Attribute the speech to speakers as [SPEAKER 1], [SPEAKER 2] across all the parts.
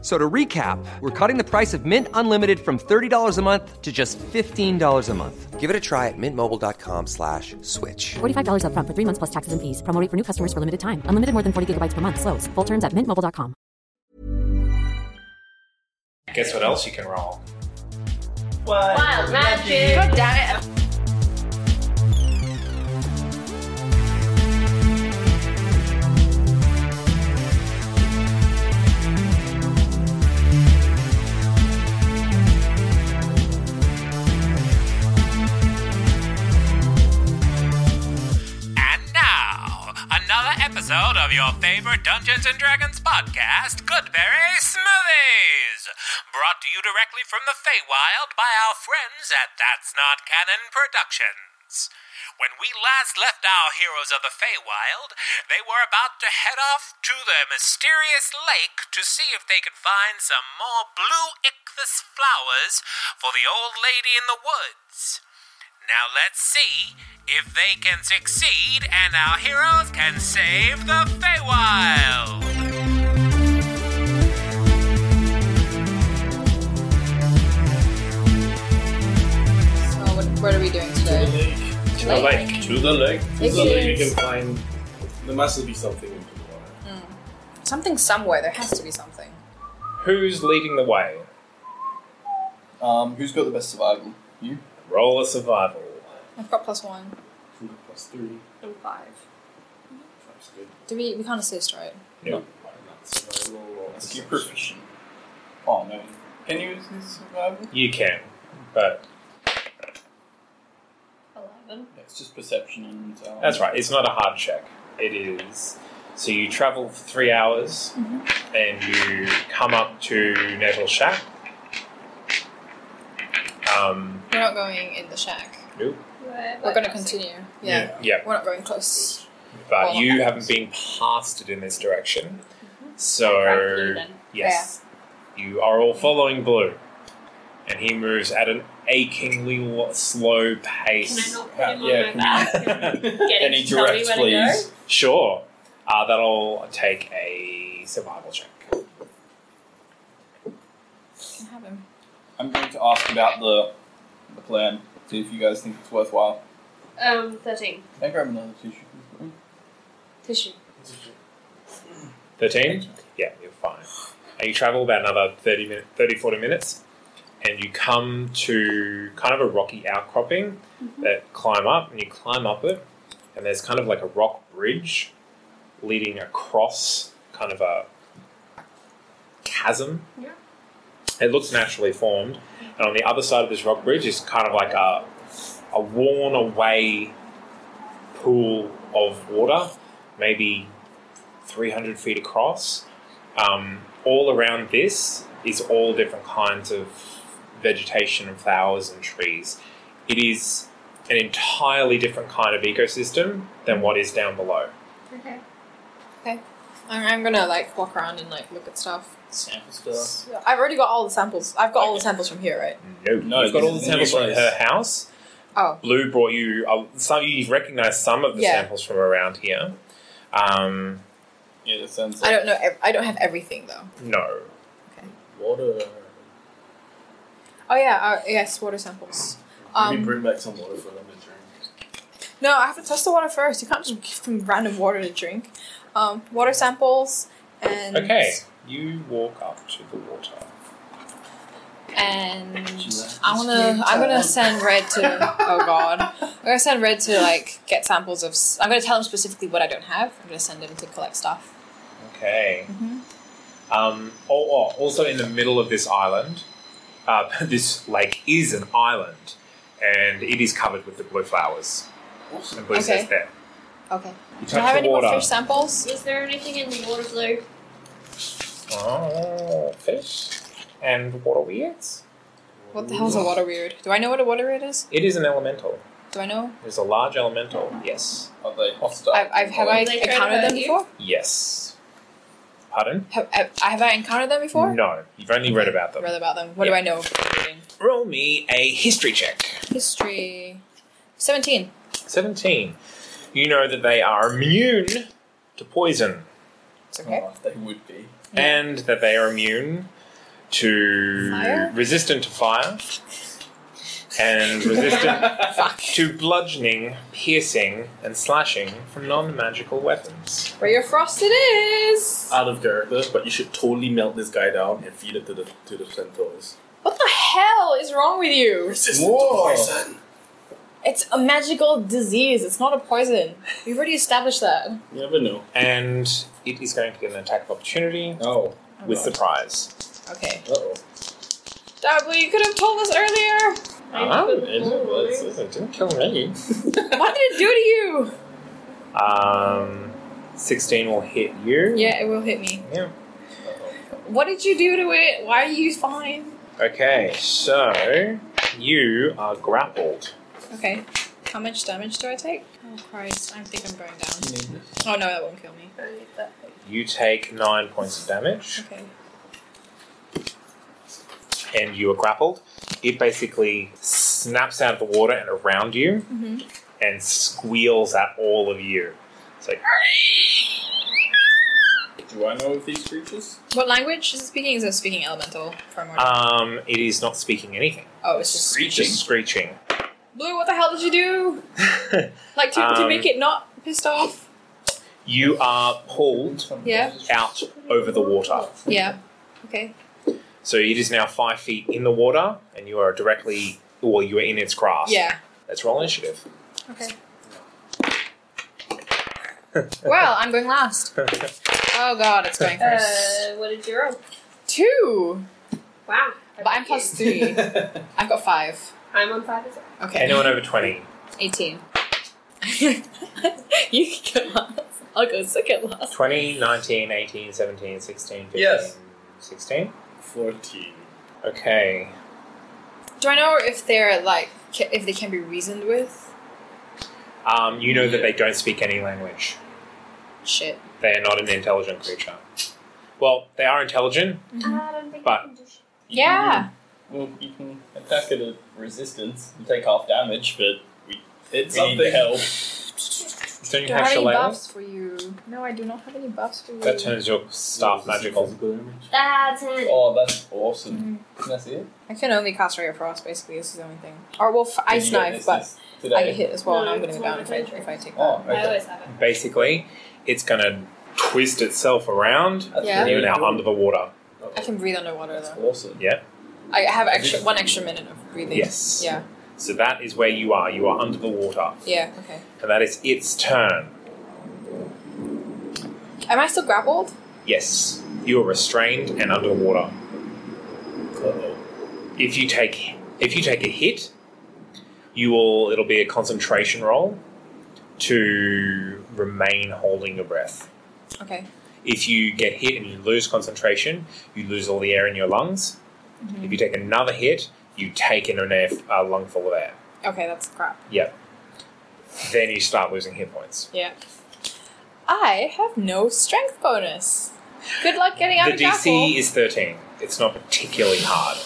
[SPEAKER 1] So to recap, we're cutting the price of Mint Unlimited from $30 a month to just $15 a month. Give it a try at mintmobile.com slash switch.
[SPEAKER 2] $45 upfront for three months plus taxes and fees. Promo rate for new customers for limited time. Unlimited more than 40 gigabytes per month. Slows. Full terms at mintmobile.com.
[SPEAKER 3] Guess what else you can roll?
[SPEAKER 4] Wild magic. God damn it.
[SPEAKER 5] And now, another episode of your favorite Dungeons and Dragons podcast, Goodberry Smoothies! Brought to you directly from the Feywild by our friends at That's Not Canon Productions. When we last left our heroes of the Feywild, they were about to head off to the mysterious lake to see if they could find some more blue ichthys flowers for the old lady in the woods. Now let's see if they can succeed and our heroes can save the Feywild.
[SPEAKER 4] So Oh, what, what are we doing today?
[SPEAKER 6] To the lake.
[SPEAKER 3] To the lake.
[SPEAKER 4] It
[SPEAKER 6] So that you
[SPEAKER 4] is-
[SPEAKER 6] can find. There must be something in the water.
[SPEAKER 4] Something somewhere. There has to be something.
[SPEAKER 3] Who's leading the way?
[SPEAKER 7] Um, who's got the best survival? You.
[SPEAKER 3] Roll a survival.
[SPEAKER 4] I've got plus one.
[SPEAKER 6] Two plus three.
[SPEAKER 8] And Oh, five.
[SPEAKER 6] That's good.
[SPEAKER 4] Do we? We can't assist, right?
[SPEAKER 3] No.
[SPEAKER 6] That's roll, roll.
[SPEAKER 7] Is he proficient? Oh no. Can you use his survival?
[SPEAKER 3] You can, but
[SPEAKER 8] Eleven.
[SPEAKER 7] It's just perception and. Um,
[SPEAKER 3] that's right. It's not a hard check. It is. So you travel for three hours, and you come up to Nettle Shack. Um.
[SPEAKER 4] We're not going in the shack.
[SPEAKER 3] Nope.
[SPEAKER 8] Where-
[SPEAKER 4] We're going to continue. Yeah.
[SPEAKER 3] Yeah.
[SPEAKER 4] We're not going close.
[SPEAKER 3] But
[SPEAKER 4] Well,
[SPEAKER 3] you
[SPEAKER 4] okay.
[SPEAKER 3] haven't been pasted in this direction.
[SPEAKER 8] Right,
[SPEAKER 3] So
[SPEAKER 8] blue Mm-hmm. then.
[SPEAKER 3] yes, you are all following blue, and he moves at an achingly lo- slow
[SPEAKER 8] Can I
[SPEAKER 3] pace.
[SPEAKER 8] not put him on
[SPEAKER 7] Yeah,
[SPEAKER 8] my
[SPEAKER 7] can-
[SPEAKER 8] back? and Get him
[SPEAKER 7] Any
[SPEAKER 8] to tell me
[SPEAKER 7] direct,
[SPEAKER 8] where to go?
[SPEAKER 7] please?
[SPEAKER 3] Sure, uh, that'll take a survival check.
[SPEAKER 4] Can have him.
[SPEAKER 7] I'm going to ask about the the plan. See if you guys think it's worthwhile.
[SPEAKER 8] Um, thirteen.
[SPEAKER 7] Can I grab another tissue? please?
[SPEAKER 4] Tissue.
[SPEAKER 3] Thirteen. Yeah, you're fine. And you travel about another 30, minute, 30 40 minutes, and you come to kind of a rocky outcropping that climb up, and you climb up it, and there's kind of like a rock bridge leading across kind of a chasm.
[SPEAKER 8] Yeah.
[SPEAKER 3] It looks naturally formed, and on the other side of this rock bridge is kind of like a, a worn away pool of water, maybe 300 feet across. Um, all around this is all different kinds of vegetation and flowers and trees. It is an entirely different kind of ecosystem than what is down below.
[SPEAKER 8] Okay.
[SPEAKER 4] Okay. I'm, I'm going to like walk around and like look at stuff.
[SPEAKER 7] Sample stuff.
[SPEAKER 4] I've already got all the samples. I've got all the
[SPEAKER 7] Okay.
[SPEAKER 4] samples from here, right?
[SPEAKER 3] No,
[SPEAKER 7] No,
[SPEAKER 3] you've got all the
[SPEAKER 7] this is
[SPEAKER 3] samples
[SPEAKER 7] new
[SPEAKER 3] from
[SPEAKER 7] place.
[SPEAKER 3] her house.
[SPEAKER 4] Oh.
[SPEAKER 3] Blue brought you uh, some. You recognise some of the
[SPEAKER 4] Yeah.
[SPEAKER 3] samples from around here. Um,
[SPEAKER 7] Yeah, that sounds.
[SPEAKER 4] I don't know. ev- I don't have everything though.
[SPEAKER 3] no,
[SPEAKER 6] Water.
[SPEAKER 4] Oh yeah. Uh, yes. Water samples.
[SPEAKER 6] Maybe
[SPEAKER 4] Um,
[SPEAKER 6] bring back some water for them to drink.
[SPEAKER 4] no, I have to test the water first. You can't just give them random water to drink. Um, water samples and
[SPEAKER 3] Okay, you walk up to the water.
[SPEAKER 4] and I wanna, I'm gonna send Red to. Oh God, I'm gonna send Red to like get samples of. s- I'm gonna tell him specifically what I don't have. I'm gonna send him to collect stuff.
[SPEAKER 3] Okay. Um, oh, oh, also, in the middle of this island, uh, this lake is an island, and it is covered with the blue flowers. And blue
[SPEAKER 4] Okay.
[SPEAKER 3] says there.
[SPEAKER 4] Okay.
[SPEAKER 3] You
[SPEAKER 4] Do I have
[SPEAKER 3] touch
[SPEAKER 4] any
[SPEAKER 3] the water.
[SPEAKER 4] more fish samples?
[SPEAKER 8] Is there anything in the water blue?
[SPEAKER 3] oh, fish and water weirds.
[SPEAKER 4] What the hell's a water weird? Do I know what a water weird is?
[SPEAKER 3] It is an elemental.
[SPEAKER 4] Do I know?
[SPEAKER 3] It is a large elemental. Yes.
[SPEAKER 7] Are they hostile?
[SPEAKER 4] I've, I've have
[SPEAKER 7] Are
[SPEAKER 4] I
[SPEAKER 7] they-
[SPEAKER 8] they trying to
[SPEAKER 4] encountered them
[SPEAKER 8] hurt you?
[SPEAKER 4] before?
[SPEAKER 3] Yes. Pardon?
[SPEAKER 4] Have, have, have I encountered them before?
[SPEAKER 3] No, you've only read about them.
[SPEAKER 4] Read about them. What
[SPEAKER 3] Yeah.
[SPEAKER 4] do I know? from reading?
[SPEAKER 3] Roll me a history check.
[SPEAKER 4] History. 17.
[SPEAKER 3] 17. You know that they are immune to poison
[SPEAKER 4] It's okay.
[SPEAKER 7] Oh, they would be.
[SPEAKER 3] and that they are immune to
[SPEAKER 4] Fire?
[SPEAKER 3] resistant to fire and resistant to bludgeoning, piercing, and slashing from non magical weapons.
[SPEAKER 4] Ray of Frost it is!
[SPEAKER 3] uh,
[SPEAKER 6] Out of character, but you should totally melt this guy down and feed it to the to the centaurs.
[SPEAKER 4] What the hell is wrong with you?
[SPEAKER 7] Whoa.
[SPEAKER 4] It's a magical disease. It's not a poison. We've already established that.
[SPEAKER 6] You never know.
[SPEAKER 3] And it is going to get an attack of opportunity
[SPEAKER 7] Oh.
[SPEAKER 3] with the prize.
[SPEAKER 4] Okay.
[SPEAKER 7] Uh-oh.
[SPEAKER 4] Diablo, you could have told us earlier.
[SPEAKER 3] Oh, it was- it didn't kill me.
[SPEAKER 4] What did it do to
[SPEAKER 3] Um, 16 will hit you.
[SPEAKER 4] you? Yeah, it will hit me.
[SPEAKER 3] Yeah.
[SPEAKER 4] What did you do to it? Why are you fine?
[SPEAKER 3] Okay, so you are grappled.
[SPEAKER 4] Okay. How much damage do I take? Oh Christ, I think I'm going down. Oh no, that won't kill me.
[SPEAKER 3] You take nine points of damage
[SPEAKER 4] Okay.
[SPEAKER 3] and you are grappled. It basically snaps out of the water and around you and squeals at all of you. It's like,
[SPEAKER 7] Do I know of these creatures?
[SPEAKER 4] What language is it speaking? Is it speaking elemental from what?
[SPEAKER 3] um, it is not speaking anything,
[SPEAKER 4] oh, it's just
[SPEAKER 7] Screeching.
[SPEAKER 3] just screeching.
[SPEAKER 4] Blue. What the hell did you do? Like to, to
[SPEAKER 3] Um,
[SPEAKER 4] make it not pissed off?
[SPEAKER 3] you are pulled
[SPEAKER 4] Yeah.
[SPEAKER 3] out over the water.
[SPEAKER 4] Yeah. Okay.
[SPEAKER 3] So it is now five feet in the water, and you are directly, or you are in its grasp.
[SPEAKER 4] Yeah.
[SPEAKER 3] Let's roll initiative.
[SPEAKER 4] Okay.
[SPEAKER 8] Uh,
[SPEAKER 4] well, I'm going last. Oh god, it's going first.
[SPEAKER 8] Uh, what did you roll?
[SPEAKER 4] Two.
[SPEAKER 8] Wow. I
[SPEAKER 4] But I'm
[SPEAKER 8] beat
[SPEAKER 4] plus
[SPEAKER 8] you.
[SPEAKER 4] three. I've got five.
[SPEAKER 8] I'm on five as well.
[SPEAKER 4] Okay.
[SPEAKER 3] Anyone over 20?
[SPEAKER 4] 18. you can go last. I'll go second last.
[SPEAKER 3] 20, 19, 18, 17, 16, 15,
[SPEAKER 7] Yes.
[SPEAKER 3] 16.
[SPEAKER 6] Fourteen.
[SPEAKER 3] Okay.
[SPEAKER 4] Do I know if they're like, ca- if they can be reasoned with?
[SPEAKER 3] Um, you know that they don't speak any language.
[SPEAKER 4] Shit.
[SPEAKER 3] They are not an intelligent creature. Well, they are intelligent.
[SPEAKER 4] Mm-hmm.
[SPEAKER 8] I don't think
[SPEAKER 3] But-
[SPEAKER 8] I can do shit.
[SPEAKER 7] You can-
[SPEAKER 4] Yeah.
[SPEAKER 7] well, you can attack it at resistance and take half damage, but we,
[SPEAKER 6] It's
[SPEAKER 7] we need
[SPEAKER 6] something.
[SPEAKER 7] help.
[SPEAKER 3] Don't you
[SPEAKER 4] Do I
[SPEAKER 3] have
[SPEAKER 4] have any
[SPEAKER 3] shillelagh?
[SPEAKER 4] buffs for you? No, I do not have any buffs for you.
[SPEAKER 3] That turns your staff magical.
[SPEAKER 8] That's it.
[SPEAKER 7] Oh, that's awesome.
[SPEAKER 4] Mm-hmm.
[SPEAKER 7] Can I see it?
[SPEAKER 4] I can only cast Ray of Frost, basically. This is the only thing. Or, well, f-
[SPEAKER 7] Did
[SPEAKER 4] Ice
[SPEAKER 7] you get
[SPEAKER 4] Knife,
[SPEAKER 7] this
[SPEAKER 4] but
[SPEAKER 7] this
[SPEAKER 4] I
[SPEAKER 7] today?
[SPEAKER 4] get hit as well, and
[SPEAKER 8] No,
[SPEAKER 4] I'm going to
[SPEAKER 8] it's
[SPEAKER 4] go down
[SPEAKER 8] one
[SPEAKER 4] if I,
[SPEAKER 8] adventure.
[SPEAKER 4] if I take that.
[SPEAKER 7] Oh,
[SPEAKER 8] I
[SPEAKER 7] okay.
[SPEAKER 8] always have it.
[SPEAKER 3] Basically, it's going to twist itself around.
[SPEAKER 7] That's
[SPEAKER 4] Yeah.
[SPEAKER 3] And you're
[SPEAKER 7] really
[SPEAKER 3] now
[SPEAKER 7] cool.
[SPEAKER 3] under the water.
[SPEAKER 4] I can breathe underwater, though.
[SPEAKER 7] Awesome.
[SPEAKER 3] Yeah?
[SPEAKER 4] I have extra one extra minute of breathing.
[SPEAKER 3] Yes.
[SPEAKER 4] Yeah.
[SPEAKER 3] So that is where you are. You are under the water.
[SPEAKER 4] Yeah. Okay.
[SPEAKER 3] And that is its turn.
[SPEAKER 4] Am I still grappled?
[SPEAKER 3] Yes, you are restrained and underwater. If you take if you take a hit, you will it'll be a concentration roll to remain holding your breath.
[SPEAKER 4] Okay.
[SPEAKER 3] If you get hit and you lose concentration, you lose all the air in your lungs. If you take another hit, you take in an air, a lung full of air.
[SPEAKER 4] Okay, that's crap.
[SPEAKER 3] Yep. Then you start losing hit points.
[SPEAKER 4] Yeah. I have no strength bonus. Good luck getting out
[SPEAKER 3] The
[SPEAKER 4] of
[SPEAKER 3] DC
[SPEAKER 4] grapple.
[SPEAKER 3] is 13. It's not particularly hard.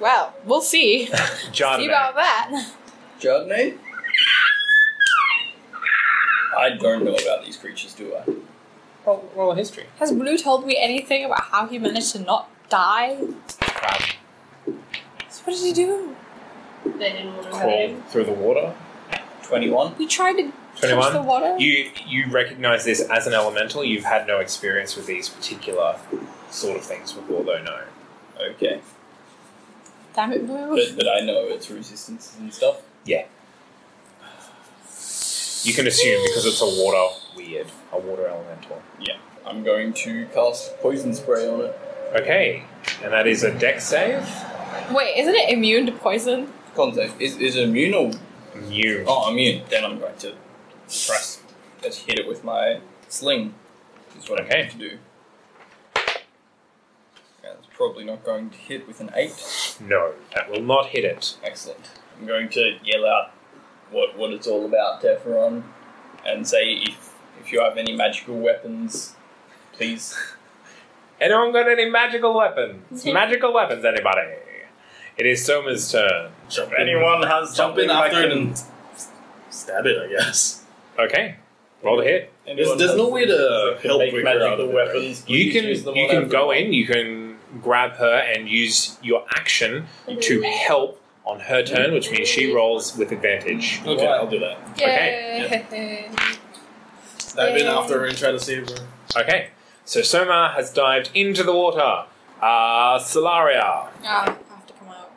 [SPEAKER 4] Well, we'll see. see
[SPEAKER 3] Jardine.
[SPEAKER 4] about that.
[SPEAKER 7] Chardonnay? I don't know about these creatures, do I?
[SPEAKER 3] Roll, roll a history.
[SPEAKER 4] Has Blue told me anything about how he managed to not die?
[SPEAKER 3] Crab
[SPEAKER 4] So what did he do?
[SPEAKER 8] They didn't want to have
[SPEAKER 3] crawl
[SPEAKER 8] it.
[SPEAKER 3] through the water.
[SPEAKER 7] 21?
[SPEAKER 4] We tried to touch the
[SPEAKER 3] 21.
[SPEAKER 4] water.
[SPEAKER 3] You you recognize this as an elemental. You've had no experience with these particular sort of things before, though. No.
[SPEAKER 7] Okay.
[SPEAKER 4] Damn it, Blue.
[SPEAKER 7] But, but I know its resistances and stuff.
[SPEAKER 3] Yeah. You can assume because it's a water weird, a water elemental.
[SPEAKER 7] Yeah. I'm going to cast poison spray on it.
[SPEAKER 3] Okay, and that is a deck save.
[SPEAKER 4] Wait, isn't it immune to poison?
[SPEAKER 7] Contact. Is, is it immune or.
[SPEAKER 3] You.
[SPEAKER 7] Oh, immune. Then I'm going to press. Just hit it with my sling. Is what I'm
[SPEAKER 3] Okay.
[SPEAKER 7] going to do. Yeah, it's probably not going to hit with an 8.
[SPEAKER 3] No, that will not hit it.
[SPEAKER 7] Excellent. I'm going to yell out what, what it's all about, Tefron, and say if, if you have any magical weapons, please
[SPEAKER 3] Anyone got any magical weapons? magical weapons, anybody? It is Soma's turn.
[SPEAKER 6] Jump in.
[SPEAKER 7] Anyone has
[SPEAKER 6] Jump in
[SPEAKER 7] something I
[SPEAKER 6] after it
[SPEAKER 7] can-
[SPEAKER 6] and s- stab it, I guess.
[SPEAKER 3] Okay, roll to hit.
[SPEAKER 6] There's,
[SPEAKER 7] anyone
[SPEAKER 6] there's no
[SPEAKER 7] has-
[SPEAKER 6] way to
[SPEAKER 7] can
[SPEAKER 6] help
[SPEAKER 7] make
[SPEAKER 6] break her out
[SPEAKER 7] magical
[SPEAKER 6] of it, right?
[SPEAKER 7] weapons.
[SPEAKER 3] You
[SPEAKER 7] please
[SPEAKER 3] can
[SPEAKER 7] use them
[SPEAKER 3] you
[SPEAKER 7] on
[SPEAKER 3] can
[SPEAKER 7] everyone.
[SPEAKER 3] go in. You can grab her and use your action to help on her turn, which means she rolls with advantage.
[SPEAKER 6] Okay, I'll do that.
[SPEAKER 3] Okay.
[SPEAKER 4] Yay.
[SPEAKER 6] Dive in
[SPEAKER 4] Yay.
[SPEAKER 6] after her and try to save her.
[SPEAKER 3] Okay, so Soma has dived into the water. Uh, Solaria.
[SPEAKER 4] Ah, I have to come out.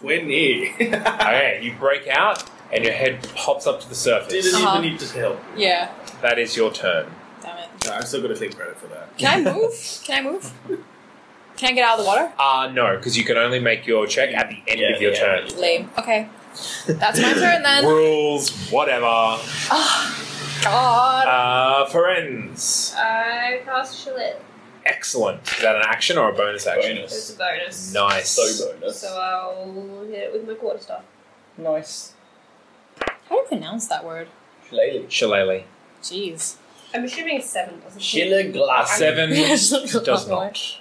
[SPEAKER 6] 20. Didn't
[SPEAKER 7] Ah.
[SPEAKER 3] Okay, you break out and your head pops up to the surface.
[SPEAKER 4] Uh-huh.
[SPEAKER 6] even need to help.
[SPEAKER 4] Yeah,
[SPEAKER 3] That is your turn.
[SPEAKER 4] damn it.
[SPEAKER 6] No, I'm still going to take credit for that.
[SPEAKER 4] Can I move? Can I move? Can I get out of the water?
[SPEAKER 3] Uh, no, because you can only make your check at the end
[SPEAKER 6] Yeah,
[SPEAKER 3] of your
[SPEAKER 6] yeah.
[SPEAKER 3] turn.
[SPEAKER 4] Lame. Okay. That's my turn then.
[SPEAKER 3] Rules, whatever.
[SPEAKER 8] Ah,
[SPEAKER 4] God.
[SPEAKER 3] Uh, Ferenz.
[SPEAKER 8] I cast Shalit.
[SPEAKER 3] Excellent. Is that an action or a bonus action?
[SPEAKER 8] It's a
[SPEAKER 7] Bonus.
[SPEAKER 8] bonus.
[SPEAKER 3] Nice.
[SPEAKER 7] So bonus.
[SPEAKER 4] uh,
[SPEAKER 8] So uh, I'll hit it with my quarterstaff.
[SPEAKER 7] nice.
[SPEAKER 4] How do you pronounce that word?
[SPEAKER 7] Shillelagh.
[SPEAKER 3] Shillelagh.
[SPEAKER 4] Jeez.
[SPEAKER 8] I'm assuming it's seven,
[SPEAKER 3] A
[SPEAKER 8] doesn't it?
[SPEAKER 7] Shillelagh.
[SPEAKER 3] seven does
[SPEAKER 4] Does
[SPEAKER 3] not.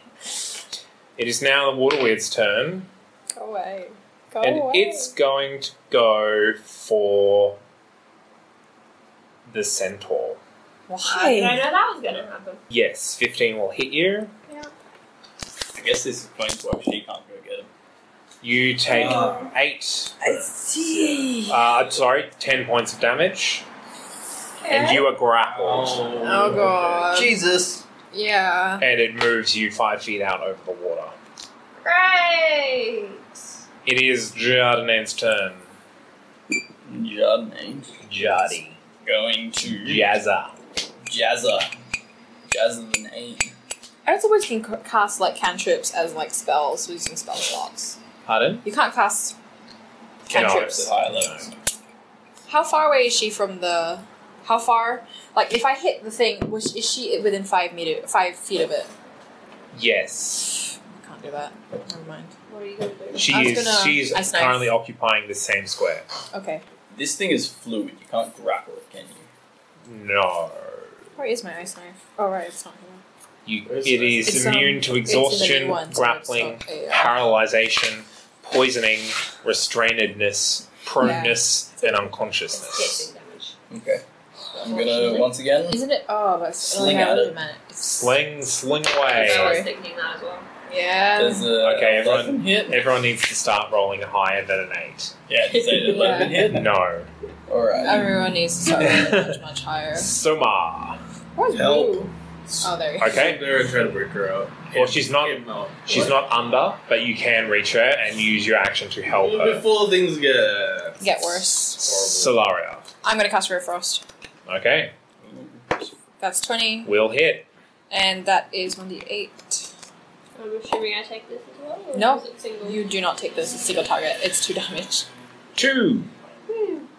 [SPEAKER 3] It is now the waterweed's turn,
[SPEAKER 4] Go away. Go
[SPEAKER 3] and
[SPEAKER 4] away.
[SPEAKER 3] it's going to go for the centaur.
[SPEAKER 8] Uh, did I
[SPEAKER 4] Why?
[SPEAKER 8] know that was going to happen?
[SPEAKER 3] Yes, 15 will hit you.
[SPEAKER 7] I guess this is going to work. She can't go get him.
[SPEAKER 3] You take
[SPEAKER 7] Uh,
[SPEAKER 6] Ah.
[SPEAKER 3] eight,
[SPEAKER 4] I see.
[SPEAKER 3] uh, sorry, 10 points of damage, and you are grappled.
[SPEAKER 4] Oh god.
[SPEAKER 7] Jesus.
[SPEAKER 4] Yeah.
[SPEAKER 3] and it moves you five feet out over the water.
[SPEAKER 8] Great!
[SPEAKER 3] It is Jardinan's turn.
[SPEAKER 7] Jardine.
[SPEAKER 3] Jardy.
[SPEAKER 7] Going to
[SPEAKER 3] Jazza.
[SPEAKER 7] Jazza. Jazza the name.
[SPEAKER 4] I don't suppose you can c- cast like cantrips as like spells using spell slots.
[SPEAKER 3] Pardon?
[SPEAKER 4] You can't cast cantrips.
[SPEAKER 7] It's higher levels.
[SPEAKER 4] How far away is she from the? How far? Like if I hit the thing, was is she within five meter, five feet of it?
[SPEAKER 3] Yes.
[SPEAKER 4] I can't do that. Never mind.
[SPEAKER 8] What are you going to do?
[SPEAKER 3] She
[SPEAKER 4] I was
[SPEAKER 3] is
[SPEAKER 4] gonna-
[SPEAKER 3] she's
[SPEAKER 4] I snipe.
[SPEAKER 3] currently occupying the same square.
[SPEAKER 4] Okay.
[SPEAKER 7] This thing is fluid. You can't grapple it, can you?
[SPEAKER 3] No.
[SPEAKER 4] Where is my ice knife? Oh right, it's not here.
[SPEAKER 3] You,
[SPEAKER 6] Where's
[SPEAKER 3] it
[SPEAKER 6] that?
[SPEAKER 3] is
[SPEAKER 4] It's, um,
[SPEAKER 3] immune to
[SPEAKER 4] in the new
[SPEAKER 3] exhaustion,
[SPEAKER 4] one, so it's
[SPEAKER 3] grappling,
[SPEAKER 4] not- yeah.
[SPEAKER 3] paralyzation, poisoning, restrainedness, proneness, and unconsciousness.
[SPEAKER 8] Piercing damage.
[SPEAKER 7] Okay. I'm gonna once again.
[SPEAKER 4] Isn't it? Oh, but it's
[SPEAKER 7] Sling
[SPEAKER 4] only
[SPEAKER 7] at
[SPEAKER 4] a
[SPEAKER 7] it.
[SPEAKER 4] minute. It's,
[SPEAKER 3] Sling, sling
[SPEAKER 8] I
[SPEAKER 3] away.
[SPEAKER 8] was thinking that as well.
[SPEAKER 4] yeah.
[SPEAKER 7] Does a
[SPEAKER 3] Okay, everyone-
[SPEAKER 7] 11 hit?
[SPEAKER 3] Everyone needs to start rolling higher than an eight.
[SPEAKER 7] Yeah, does an 11 hit?
[SPEAKER 3] No.
[SPEAKER 7] Alright.
[SPEAKER 4] Everyone needs to start rolling much, much higher.
[SPEAKER 3] Sumar.
[SPEAKER 4] Where's
[SPEAKER 6] Help.
[SPEAKER 4] Blue? Oh, there you go.
[SPEAKER 3] Okay.
[SPEAKER 6] Jump there and try to break her out.
[SPEAKER 3] Well, she's not-
[SPEAKER 6] Him out.
[SPEAKER 3] She's not under, but you can reach her and use your action to help her.
[SPEAKER 6] Before things get.
[SPEAKER 4] Get worse.
[SPEAKER 3] Solaria.
[SPEAKER 4] I'm gonna cast Rare Frost.
[SPEAKER 3] Okay,
[SPEAKER 4] That's twenty,
[SPEAKER 3] will hit.
[SPEAKER 4] and that is one d eight.
[SPEAKER 8] I'm assuming I take this as well? or
[SPEAKER 4] No.
[SPEAKER 8] is it single?
[SPEAKER 4] You do not take this. It's single target. It's two damage.
[SPEAKER 3] Two.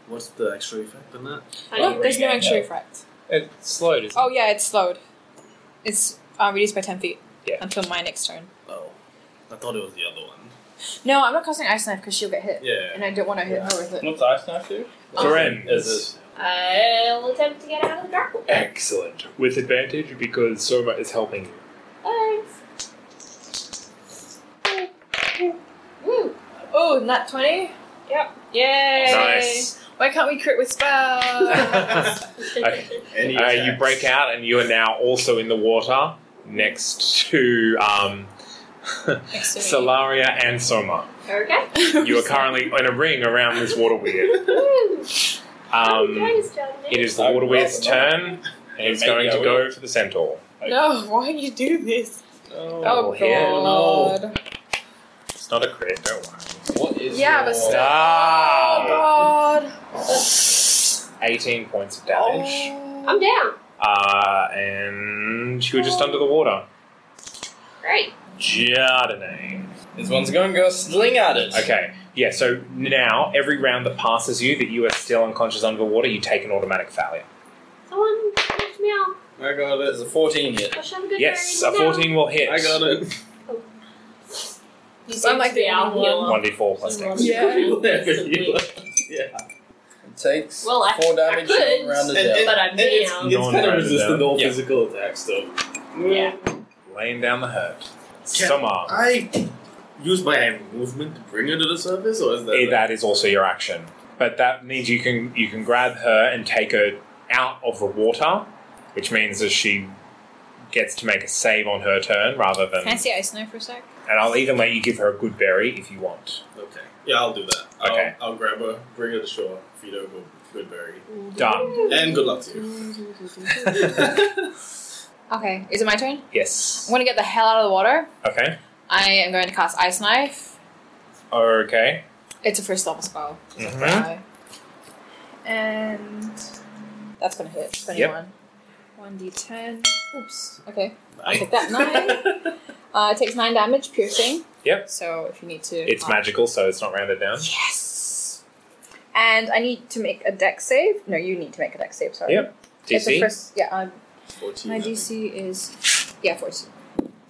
[SPEAKER 6] What's the extra effect on that?
[SPEAKER 7] Oh,
[SPEAKER 8] I
[SPEAKER 4] Look, there's no
[SPEAKER 7] regain
[SPEAKER 4] extra
[SPEAKER 7] health.
[SPEAKER 4] effect.
[SPEAKER 3] It's slowed. Isn't
[SPEAKER 4] Oh yeah, it's slowed. It's uh, reduced by ten feet
[SPEAKER 3] Yeah.
[SPEAKER 4] until my next turn.
[SPEAKER 6] Oh. I thought it was the other one.
[SPEAKER 4] No, I'm not casting Ice Knife because she'll get hit,
[SPEAKER 6] Yeah.
[SPEAKER 4] and I don't want to hit her with it.
[SPEAKER 7] What's ice knife do?
[SPEAKER 3] it? Ferenz.
[SPEAKER 6] Is
[SPEAKER 8] I'll attempt to get out of the grapple.
[SPEAKER 3] Excellent. With advantage because Soma is helping you.
[SPEAKER 8] Thanks.
[SPEAKER 3] Hmm.
[SPEAKER 8] Woo!
[SPEAKER 4] Oh, not twenty.
[SPEAKER 8] Yep.
[SPEAKER 4] Yay!
[SPEAKER 3] Nice.
[SPEAKER 4] Why can't we crit with spells?
[SPEAKER 3] Okay.
[SPEAKER 6] it any
[SPEAKER 3] Uh, you
[SPEAKER 6] attacks?
[SPEAKER 3] break out and you are now also in the water next to um,
[SPEAKER 4] Next to me.
[SPEAKER 3] Solaria and Soma.
[SPEAKER 8] okay.
[SPEAKER 3] You are currently in a ring around this water weird.
[SPEAKER 8] Woo!
[SPEAKER 3] Um,
[SPEAKER 8] Nice, Jonathan.
[SPEAKER 3] it is the water weird's turn and it's going to go for the centaur.
[SPEAKER 4] No, why you do this? Oh,
[SPEAKER 3] hell no.
[SPEAKER 4] god.
[SPEAKER 3] It's not a crit, don't worry.
[SPEAKER 7] What is
[SPEAKER 4] Yeah,
[SPEAKER 7] your...
[SPEAKER 4] but still.
[SPEAKER 3] Ah.
[SPEAKER 4] Oh god.
[SPEAKER 3] 18 points of
[SPEAKER 4] Oh.
[SPEAKER 3] damage.
[SPEAKER 8] I'm down.
[SPEAKER 3] Uh, and you were just under the water.
[SPEAKER 8] Great.
[SPEAKER 3] Jardine.
[SPEAKER 7] This one's going to go sling at it.
[SPEAKER 3] Okay, yeah, so now every round that passes you that you are still unconscious under the water, you take an automatic failure.
[SPEAKER 8] Someone lift me up.
[SPEAKER 6] I got
[SPEAKER 7] There's
[SPEAKER 6] it.
[SPEAKER 7] a 14 hit.
[SPEAKER 8] I should have a good
[SPEAKER 3] Yes, a
[SPEAKER 8] burial now.
[SPEAKER 3] 14 will hit.
[SPEAKER 6] I got it.
[SPEAKER 4] You sound like the
[SPEAKER 8] Out
[SPEAKER 4] owl
[SPEAKER 8] healer.
[SPEAKER 3] 1d4 plus dex.
[SPEAKER 4] Yeah.
[SPEAKER 6] yeah.
[SPEAKER 7] It takes
[SPEAKER 8] Well, I-
[SPEAKER 7] 4 damage
[SPEAKER 8] I could.
[SPEAKER 7] and rounded
[SPEAKER 6] And-
[SPEAKER 7] down.
[SPEAKER 8] But I'm down.
[SPEAKER 6] It's, it's kind of
[SPEAKER 3] Non-rounded
[SPEAKER 6] resistant to all
[SPEAKER 3] down. Yeah.
[SPEAKER 6] physical attacks, though.
[SPEAKER 8] Yeah.
[SPEAKER 3] laying down the hurt.
[SPEAKER 6] Can
[SPEAKER 3] Some arm.
[SPEAKER 6] I use my movement to bring her to the surface, or is that
[SPEAKER 3] Eh, that is also your action. But that means you can you can grab her and take her out of the water, which means that she gets to make a save on her turn rather than.
[SPEAKER 4] Can I see ice snow for a sec?
[SPEAKER 3] And I'll even let you give her a good berry if you want.
[SPEAKER 6] Okay. Yeah, I'll do that. I'll,
[SPEAKER 3] Okay.
[SPEAKER 6] I'll grab her, bring her to shore, feed her a good berry,
[SPEAKER 3] Done.
[SPEAKER 6] and good luck to you.
[SPEAKER 4] Okay, is it my turn?
[SPEAKER 3] Yes.
[SPEAKER 4] I'm gonna get the hell out of the water.
[SPEAKER 3] Okay.
[SPEAKER 4] I am going to cast Ice Knife.
[SPEAKER 3] Okay.
[SPEAKER 4] It's a first level spell.
[SPEAKER 6] Mm-hmm.
[SPEAKER 3] Mhm.
[SPEAKER 4] And that's gonna hit. 21. 1d10. Oops. Okay. I'll take that 9. uh, it takes 9 damage, piercing.
[SPEAKER 3] Yep.
[SPEAKER 4] So if you need to.
[SPEAKER 3] It's
[SPEAKER 4] uh,
[SPEAKER 3] magical, so it's not rounded down.
[SPEAKER 4] Yes! And I need to make a deck save. No, you need to make a deck save, sorry.
[SPEAKER 3] Yep.
[SPEAKER 4] It's a
[SPEAKER 3] DC.
[SPEAKER 4] first. Yeah, um,
[SPEAKER 6] 14.
[SPEAKER 4] my DC is. Yeah, 14.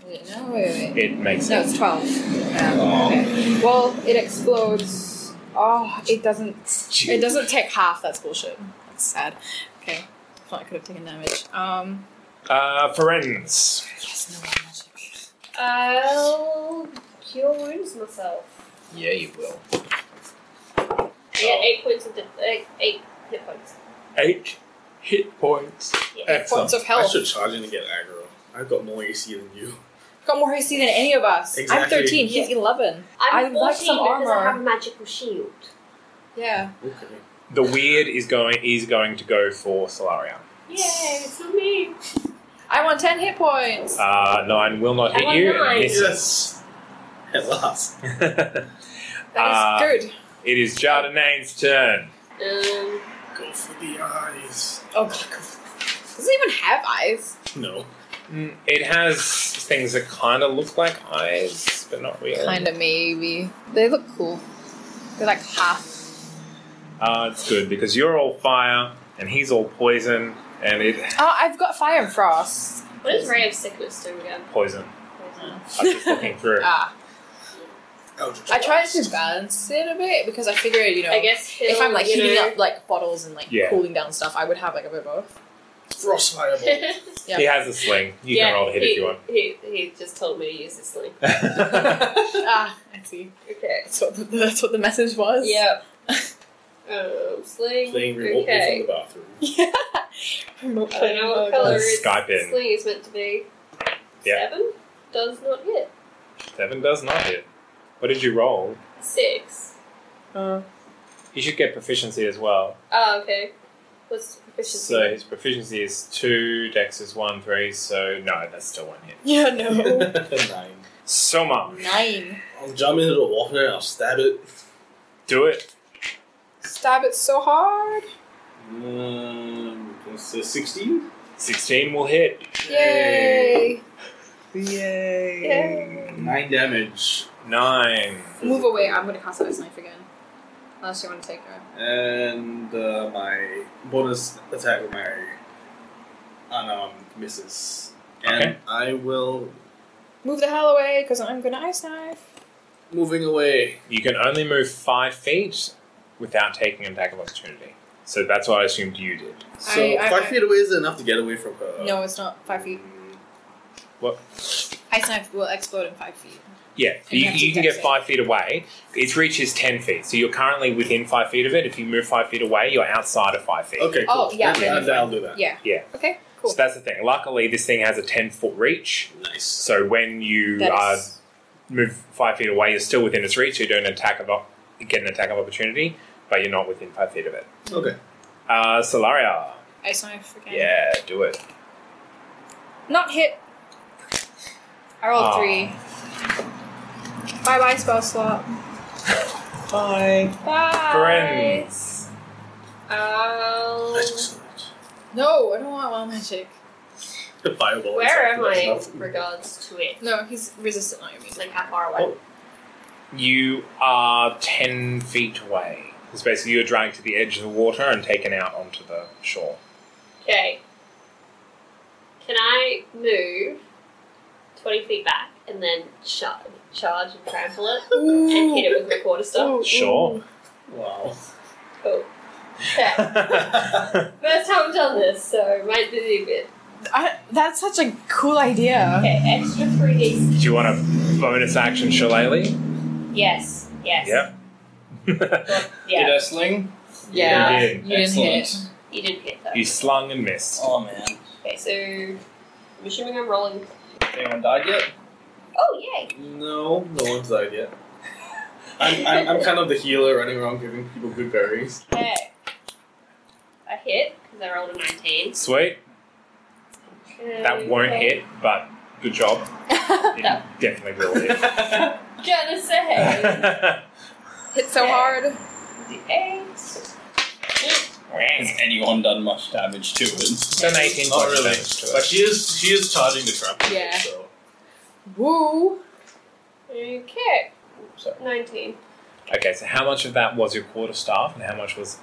[SPEAKER 4] Wait, no, wait, wait.
[SPEAKER 3] It makes
[SPEAKER 4] No,
[SPEAKER 3] sense.
[SPEAKER 4] it's 12. Um, okay. Well, it explodes. Oh, it doesn't. It doesn't take half. That's bullshit. That's sad. Okay. Thought I could have taken damage. Um.
[SPEAKER 3] Uh, Ferenz.
[SPEAKER 4] Yes, no more magic.
[SPEAKER 8] I'll cure wounds myself.
[SPEAKER 7] Yeah, you will.
[SPEAKER 3] Oh.
[SPEAKER 8] Yeah, eight points of di- eight, eight hit points.
[SPEAKER 3] Eight hit points.
[SPEAKER 8] Yeah.
[SPEAKER 3] Excellent.
[SPEAKER 4] Points of
[SPEAKER 6] I
[SPEAKER 4] health.
[SPEAKER 6] should charge in to get aggro. I've got more AC than you.
[SPEAKER 4] Got more AC than any of us. I'm
[SPEAKER 6] Exactly.
[SPEAKER 4] 13. He's 11.
[SPEAKER 8] I'm
[SPEAKER 4] I'd like
[SPEAKER 8] 14
[SPEAKER 4] some
[SPEAKER 8] because I have a
[SPEAKER 4] armor.
[SPEAKER 8] magical shield.
[SPEAKER 4] Yeah.
[SPEAKER 6] Okay.
[SPEAKER 3] The weird is going is going to go for Solaria.
[SPEAKER 8] Yay, it's not me.
[SPEAKER 4] I want 10 hit points.
[SPEAKER 3] Uh, nine will not hit
[SPEAKER 8] Oh,
[SPEAKER 3] you. and
[SPEAKER 8] nine.
[SPEAKER 6] Yes. At last.
[SPEAKER 3] misses.
[SPEAKER 6] Ah.
[SPEAKER 4] That
[SPEAKER 3] Uh,
[SPEAKER 4] is good.
[SPEAKER 3] It is Jardinane's turn.
[SPEAKER 8] Um,
[SPEAKER 6] Go for the eyes.
[SPEAKER 4] Oh god. Does it even have eyes?
[SPEAKER 6] No.
[SPEAKER 3] Mm, It has things that kind of look like eyes, but not really.
[SPEAKER 4] Kind of, maybe. They look cool. They're like half.
[SPEAKER 3] Uh, it's good because you're all fire and he's all poison, and it
[SPEAKER 4] Oh, I've got fire and frost.
[SPEAKER 8] what is Ray of Sickness doing again?
[SPEAKER 3] poison. I'm just looking through.
[SPEAKER 4] Ah.
[SPEAKER 6] Eldritch
[SPEAKER 4] I tried
[SPEAKER 6] Blast.
[SPEAKER 4] to balance it a bit because I figured, you know,
[SPEAKER 8] I guess he'll,
[SPEAKER 4] if I'm like
[SPEAKER 8] you
[SPEAKER 4] heating
[SPEAKER 8] know,
[SPEAKER 4] up like bottles and like
[SPEAKER 3] Yeah.
[SPEAKER 4] cooling down stuff, I would have like a bit of both.
[SPEAKER 6] Frost Fireball.
[SPEAKER 4] Yeah.
[SPEAKER 3] He has a sling. You
[SPEAKER 8] yeah,
[SPEAKER 3] can roll a hit
[SPEAKER 8] he,
[SPEAKER 3] if you want.
[SPEAKER 8] He, he just told me to use this link.
[SPEAKER 4] ah, I see.
[SPEAKER 8] Okay.
[SPEAKER 4] That's what the, that's what the message was.
[SPEAKER 8] Yep. um, sling.
[SPEAKER 6] Playing remotely
[SPEAKER 8] okay.
[SPEAKER 6] from the bathroom.
[SPEAKER 4] Yeah. Remote
[SPEAKER 8] I don't know
[SPEAKER 4] play.
[SPEAKER 8] what color
[SPEAKER 3] Let's
[SPEAKER 8] it's
[SPEAKER 3] Skype in.
[SPEAKER 8] sling is meant to be.
[SPEAKER 3] Yeah.
[SPEAKER 8] Seven does not hit.
[SPEAKER 3] Seven does not hit. What did you roll?
[SPEAKER 8] Six.
[SPEAKER 4] Uh,
[SPEAKER 3] You should get proficiency as well.
[SPEAKER 8] Oh, okay. What's the proficiency?
[SPEAKER 3] So his proficiency is two, dex is one, three, so no, that's still one hit.
[SPEAKER 4] Yeah, no.
[SPEAKER 6] Nine.
[SPEAKER 3] Soma,
[SPEAKER 4] Nine.
[SPEAKER 6] I'll jump into the water. I'll stab it.
[SPEAKER 3] do it.
[SPEAKER 4] Stab it so hard.
[SPEAKER 6] Um, what's this? Sixteen.
[SPEAKER 3] 16 will hit.
[SPEAKER 4] Yay.
[SPEAKER 3] Yay!
[SPEAKER 6] Nine damage.
[SPEAKER 3] Nine.
[SPEAKER 4] Move away. I'm going to cast Ice Knife again. Unless you want to take her.
[SPEAKER 6] And uh, my bonus attack with my unarmed misses. And
[SPEAKER 3] Okay.
[SPEAKER 6] I will
[SPEAKER 4] Move the hell away because I'm going to Ice Knife.
[SPEAKER 6] moving away.
[SPEAKER 3] You can only move five feet without taking an attack of opportunity. So that's what I assumed you did.
[SPEAKER 6] So
[SPEAKER 4] I-
[SPEAKER 6] five
[SPEAKER 4] I-
[SPEAKER 6] feet away is enough to get away from her.
[SPEAKER 4] No, it's not. Five feet.
[SPEAKER 3] What?
[SPEAKER 4] Ice Knife will explode in five feet.
[SPEAKER 3] Yeah,
[SPEAKER 4] And
[SPEAKER 3] you,
[SPEAKER 4] have to
[SPEAKER 3] you can
[SPEAKER 4] dex
[SPEAKER 3] get
[SPEAKER 4] it.
[SPEAKER 3] five feet away. Its reach is ten feet, so you're currently within five feet of it. If you move five feet away, you're outside of five feet.
[SPEAKER 6] Okay. Cool.
[SPEAKER 4] Oh, yeah,
[SPEAKER 6] Then,
[SPEAKER 4] yeah.
[SPEAKER 6] then I'll do that.
[SPEAKER 4] Yeah.
[SPEAKER 3] Yeah.
[SPEAKER 4] Okay, cool.
[SPEAKER 3] So that's the thing. Luckily, this thing has a ten foot reach.
[SPEAKER 6] Nice.
[SPEAKER 3] So when you
[SPEAKER 4] That
[SPEAKER 3] are
[SPEAKER 4] is-
[SPEAKER 3] move five feet away, you're still within its reach. You don't attack of op- get an attack of opportunity, but you're not within five feet of it.
[SPEAKER 6] Okay.
[SPEAKER 3] Uh, Solaria.
[SPEAKER 4] Ice Knife again.
[SPEAKER 3] Yeah, do it.
[SPEAKER 4] Not hit. I rolled
[SPEAKER 3] Aw.
[SPEAKER 4] three. Bye bye, spell slot.
[SPEAKER 3] Bye.
[SPEAKER 4] Bye.
[SPEAKER 3] Friends.
[SPEAKER 8] Um, I'll...
[SPEAKER 6] Magic surge.
[SPEAKER 4] No, I don't want wild magic.
[SPEAKER 6] The fireball.
[SPEAKER 8] Where am I
[SPEAKER 6] attack.
[SPEAKER 8] in regards to it?
[SPEAKER 4] No, he's resistant, not immune.
[SPEAKER 8] Like, how far away?
[SPEAKER 3] You are ten feet away. It's basically you're dragged to the edge of the water and taken out onto the shore.
[SPEAKER 8] Okay. Can I move 20 feet back and then char- charge and trample it and hit it with my quarterstaff?
[SPEAKER 3] oh, Sure.
[SPEAKER 6] Wow.
[SPEAKER 8] Cool. Okay. First time I've done this, so it might be a bit.
[SPEAKER 4] I, that's such a cool idea.
[SPEAKER 8] Okay, extra 3d.
[SPEAKER 3] Do you want a bonus action shillelagh?
[SPEAKER 8] Yes, yes.
[SPEAKER 3] Yep.
[SPEAKER 8] Yeah.
[SPEAKER 7] Did I sling?
[SPEAKER 3] Yeah.
[SPEAKER 4] Yeah, you didn't hit.
[SPEAKER 7] Excellent.
[SPEAKER 8] You didn't hit though.
[SPEAKER 3] you slung and missed.
[SPEAKER 7] Oh man.
[SPEAKER 8] Okay, so I'm assuming I'm rolling.
[SPEAKER 7] Anyone died yet?
[SPEAKER 8] Oh, yay!
[SPEAKER 6] No, no one's died yet. I'm, I'm, I'm kind of the healer running around giving people good berries.
[SPEAKER 8] Okay. I hit because I rolled a 19.
[SPEAKER 3] Sweet. That won't
[SPEAKER 8] Okay.
[SPEAKER 3] hit, but good job. It
[SPEAKER 8] No.
[SPEAKER 3] definitely will hit.
[SPEAKER 8] Gonna say
[SPEAKER 4] Hit so hard.
[SPEAKER 8] eight.
[SPEAKER 7] Has anyone done much damage to it?
[SPEAKER 3] Done 18
[SPEAKER 6] Not
[SPEAKER 3] points
[SPEAKER 6] really.
[SPEAKER 3] damage to it.
[SPEAKER 6] But she is she is charging the trap.
[SPEAKER 4] Yeah.
[SPEAKER 6] So
[SPEAKER 4] Woo.
[SPEAKER 8] Okay,
[SPEAKER 7] Sorry.
[SPEAKER 8] 19.
[SPEAKER 3] Okay, so how much of that was your quarter staff and how much was